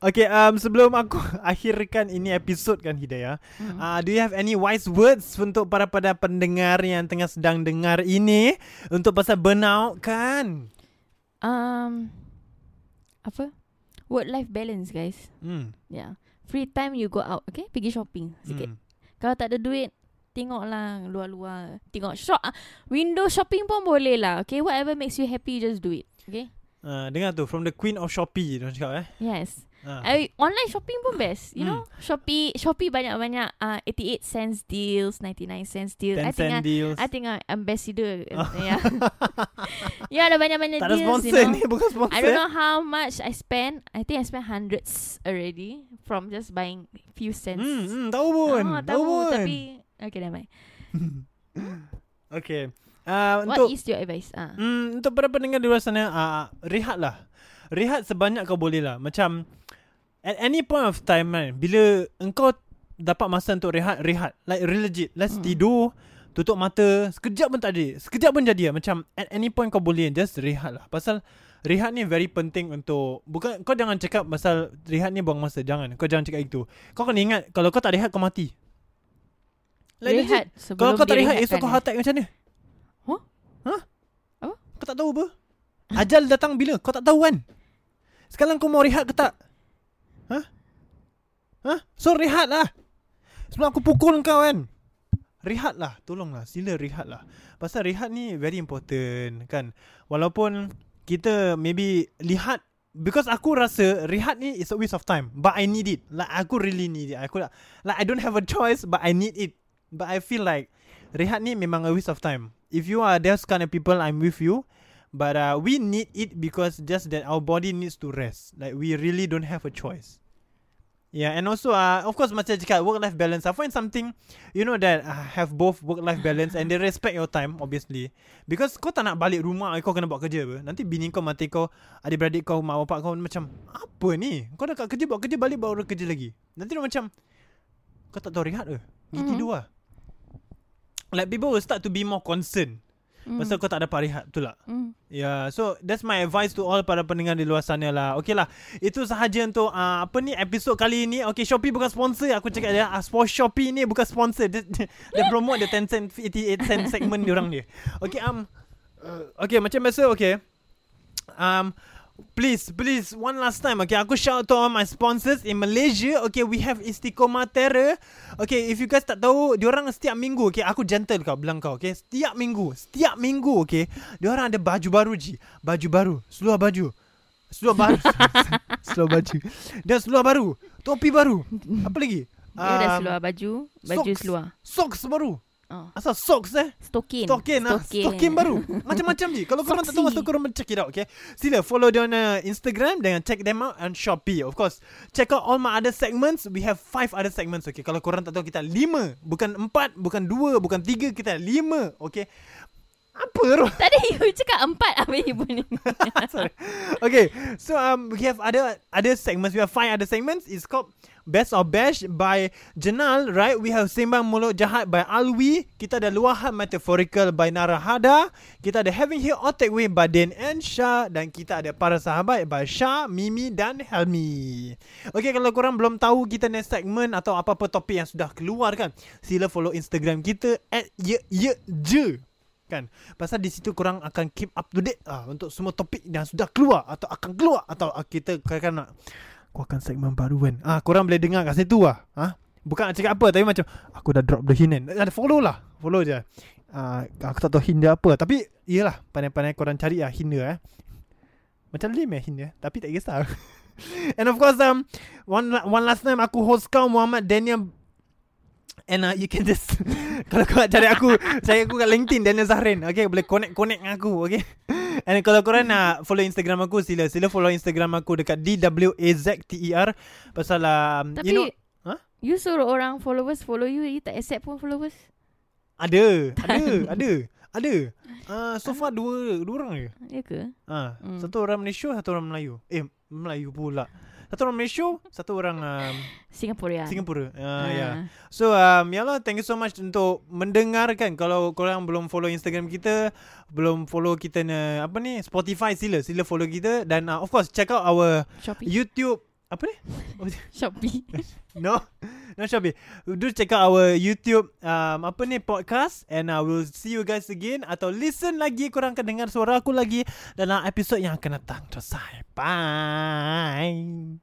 [SPEAKER 1] okay, um, sebelum aku akhirkan ini episod kan Hidayah
[SPEAKER 3] Mm.
[SPEAKER 1] uh, Do you have any wise words untuk para pada pendengar yang tengah sedang dengar ini Untuk pasal burnout kan
[SPEAKER 3] Um, apa? Work life balance guys.
[SPEAKER 1] hmm.
[SPEAKER 3] Yeah. Free time you go out, okay? Pergi shopping sikit.
[SPEAKER 1] hmm.
[SPEAKER 3] Kalau tak ada duit Tengoklah luar-luar Tengok shop ah, Window shopping pun boleh lah Okay whatever makes you happy Just do it Okay
[SPEAKER 1] Uh, dengar tu, from the queen of Shopee Dia orang cakap eh
[SPEAKER 3] Yes
[SPEAKER 1] Ah.
[SPEAKER 3] I, Online shopping pun best You
[SPEAKER 1] Hmm.
[SPEAKER 3] know Shopee Shopee banyak-banyak uh, 88 cents deals 99 cents deals
[SPEAKER 1] 10
[SPEAKER 3] I think ah,
[SPEAKER 1] cent
[SPEAKER 3] I,
[SPEAKER 1] deals
[SPEAKER 3] I think I ambassador
[SPEAKER 1] Ah.
[SPEAKER 3] Ya Ya ada banyak-banyak
[SPEAKER 1] Tak ada
[SPEAKER 3] deals
[SPEAKER 1] sponsor
[SPEAKER 3] you know.
[SPEAKER 1] ni, bukan sponsor
[SPEAKER 3] I don't know how much I spend I think I spend hundreds already From just buying few cents
[SPEAKER 1] Hmm, hmm, tahu pun.
[SPEAKER 3] Ah,
[SPEAKER 1] tahu, pun.
[SPEAKER 3] Tapi Okay nevermind
[SPEAKER 1] Okay. Uh,
[SPEAKER 3] What
[SPEAKER 1] untuk
[SPEAKER 3] is your advice? Ah.
[SPEAKER 1] mm, untuk para pendengar di luar sana, uh, rehatlah. Rehat sebanyak kau boleh lah. Macam at any point of time kan, bila engkau dapat masa untuk rehat, rehat. Like real legit. Let's tidur, tutup mata, sekejap pun tak ada. Sekejap pun jadi lah. Macam at any point kau boleh just rehat lah. Pasal rehat ni very penting untuk bukan kau jangan cakap pasal rehat ni buang masa. Jangan. Kau jangan cakap itu. Kau kena ingat kalau kau tak rehat kau mati. legit.
[SPEAKER 3] Rehat sebelum
[SPEAKER 1] Kalau kau tak rehat
[SPEAKER 3] direhatkan
[SPEAKER 1] esok kau
[SPEAKER 3] eh.
[SPEAKER 1] heart attack macam mana?
[SPEAKER 3] Huh?
[SPEAKER 1] Hah?
[SPEAKER 3] Apa?
[SPEAKER 1] Kau tak tahu apa? Ajal datang bila? Kau tak tahu kan? Sekarang kau mau rehat ke tak? Hah? Hah? So rehat lah. Sebelum aku pukul kau kan. Rehat lah. Tolonglah. Sila rehat lah. Pasal rehat ni very important kan. Walaupun kita maybe lihat Because aku rasa rehat ni is a waste of time But I need it Like aku really need it Aku Like I don't have a choice But I need it But I feel like Rehat ni memang a waste of time If you are those kind of people I'm with you But uh, we need it Because just that our body needs to rest Like we really don't have a choice Yeah and also uh, Of course macam cakap Work life balance I find something You know that uh, Have both work life balance And they respect your time Obviously Because kau tak nak balik rumah Kau kena buat kerja apa Nanti bini kau mati kau Adik-beradik kau Mak bapak kau Macam Apa ni Kau dah kat kerja Buat kerja balik Baru kerja lagi Nanti dia macam Kau tak tahu rehat ke Pergi
[SPEAKER 3] Mhm.
[SPEAKER 1] tidur lah Like people will start to be more concerned
[SPEAKER 3] Mm.
[SPEAKER 1] Pasal kau tak dapat rehat Betul tak
[SPEAKER 3] Mm.
[SPEAKER 1] Yeah, so that's my advice to all para pendengar di luar sana lah. Okay lah, itu sahaja untuk uh, apa ni episod kali ni. Okay, Shopee bukan sponsor. Aku cakap dia, uh, spon- Shopee ni bukan sponsor. Dia, dia, dia promote the 10 cent, 88 cent segment diorang dia. Okay, um, uh, okay macam biasa, okay. Um, Please, please, one last time. Okay, aku shout out to all my sponsors in Malaysia. Okay, we have Istiqomah Terra. Okay, if you guys tak tahu, diorang setiap minggu. Okay, aku gentle kau, bilang kau. Okay, setiap minggu, setiap minggu. Okay, diorang ada baju baru ji. Baju baru, seluar baju. Seluar baru. seluar baju. Dan seluar baru. Topi baru. Apa lagi?
[SPEAKER 3] Dia dah
[SPEAKER 1] Um,
[SPEAKER 3] seluar baju Baju
[SPEAKER 1] socks.
[SPEAKER 3] seluar
[SPEAKER 1] Socks baru.
[SPEAKER 3] oh.
[SPEAKER 1] Asal socks eh?
[SPEAKER 3] Stokin
[SPEAKER 1] Token lah Token baru Macam-macam je Kalau korang tak tahu Masa
[SPEAKER 3] Soxy.
[SPEAKER 1] korang check it out okay? Sila follow dia on uh, Instagram Dan check them out On Shopee Of course Check out all my other segments We have five other segments okay? Kalau korang tak tahu Kita ada lima Bukan empat Bukan dua Bukan tiga Kita ada lima Okay Apa roh?
[SPEAKER 3] Tadi you cakap empat Habis you pun
[SPEAKER 1] Sorry. Okay, so um, we have other other segments. We have five other segments. It's called Best or Bash by Jenal, right? We have Sembang Mulut Jahat by Alwi. Kita ada Luahan Metaphorical by Narahada. Kita ada Having Here or Take Way by Din and Shah. Dan kita ada Para Sahabat by Shah, Mimi dan Helmi. Okay, kalau korang belum tahu kita next segment atau apa-apa topik yang sudah keluar kan, sila follow Instagram kita at ye ye je kan pasal di situ kurang akan keep up to date ah untuk semua topik yang sudah keluar atau akan keluar atau ah, kita akan nak keluarkan segmen baru kan ah korang boleh dengar kat situ ah ah bukan nak cakap apa tapi macam aku dah drop the hint kan ada follow lah follow je ah aku tak tahu hint dia apa tapi iyalah pandai-pandai korang cari ah hint dia eh macam lame eh hint dia tapi tak kisah and of course um one la- one last time aku host kau Muhammad Daniel And uh, you can just Kalau kau nak cari aku Cari aku kat LinkedIn Daniel Zahrin Okay boleh connect-connect dengan aku Okay And kalau korang nak follow Instagram aku Sila Sila follow Instagram aku Dekat D-W-A-Z-T-E-R E Pasal um,
[SPEAKER 3] Tapi
[SPEAKER 1] You know Huh?
[SPEAKER 3] You suruh orang followers Follow you You tak accept pun followers
[SPEAKER 1] Ada Ada Ada Ada uh, So far dua Dua orang je
[SPEAKER 3] Ya ke
[SPEAKER 1] Ah, hmm. Satu orang Malaysia Satu orang Melayu Eh Melayu pula Satu orang Malaysia Satu orang um,
[SPEAKER 3] Singaporean
[SPEAKER 1] Singapura. Uh,
[SPEAKER 3] Ah.
[SPEAKER 1] yeah. So um yalah thank you so much untuk mendengarkan. Kalau korang belum follow Instagram kita, belum follow kita na, apa ni Spotify sila sila follow kita dan uh, of course check out our
[SPEAKER 3] Shopee.
[SPEAKER 1] YouTube apa ni?
[SPEAKER 3] Shopee.
[SPEAKER 1] no. No Shopee. Do check out our YouTube um apa ni podcast and I uh, will see you guys again atau listen lagi korang akan dengar suara aku lagi dalam episod yang akan datang. Selesai. Bye.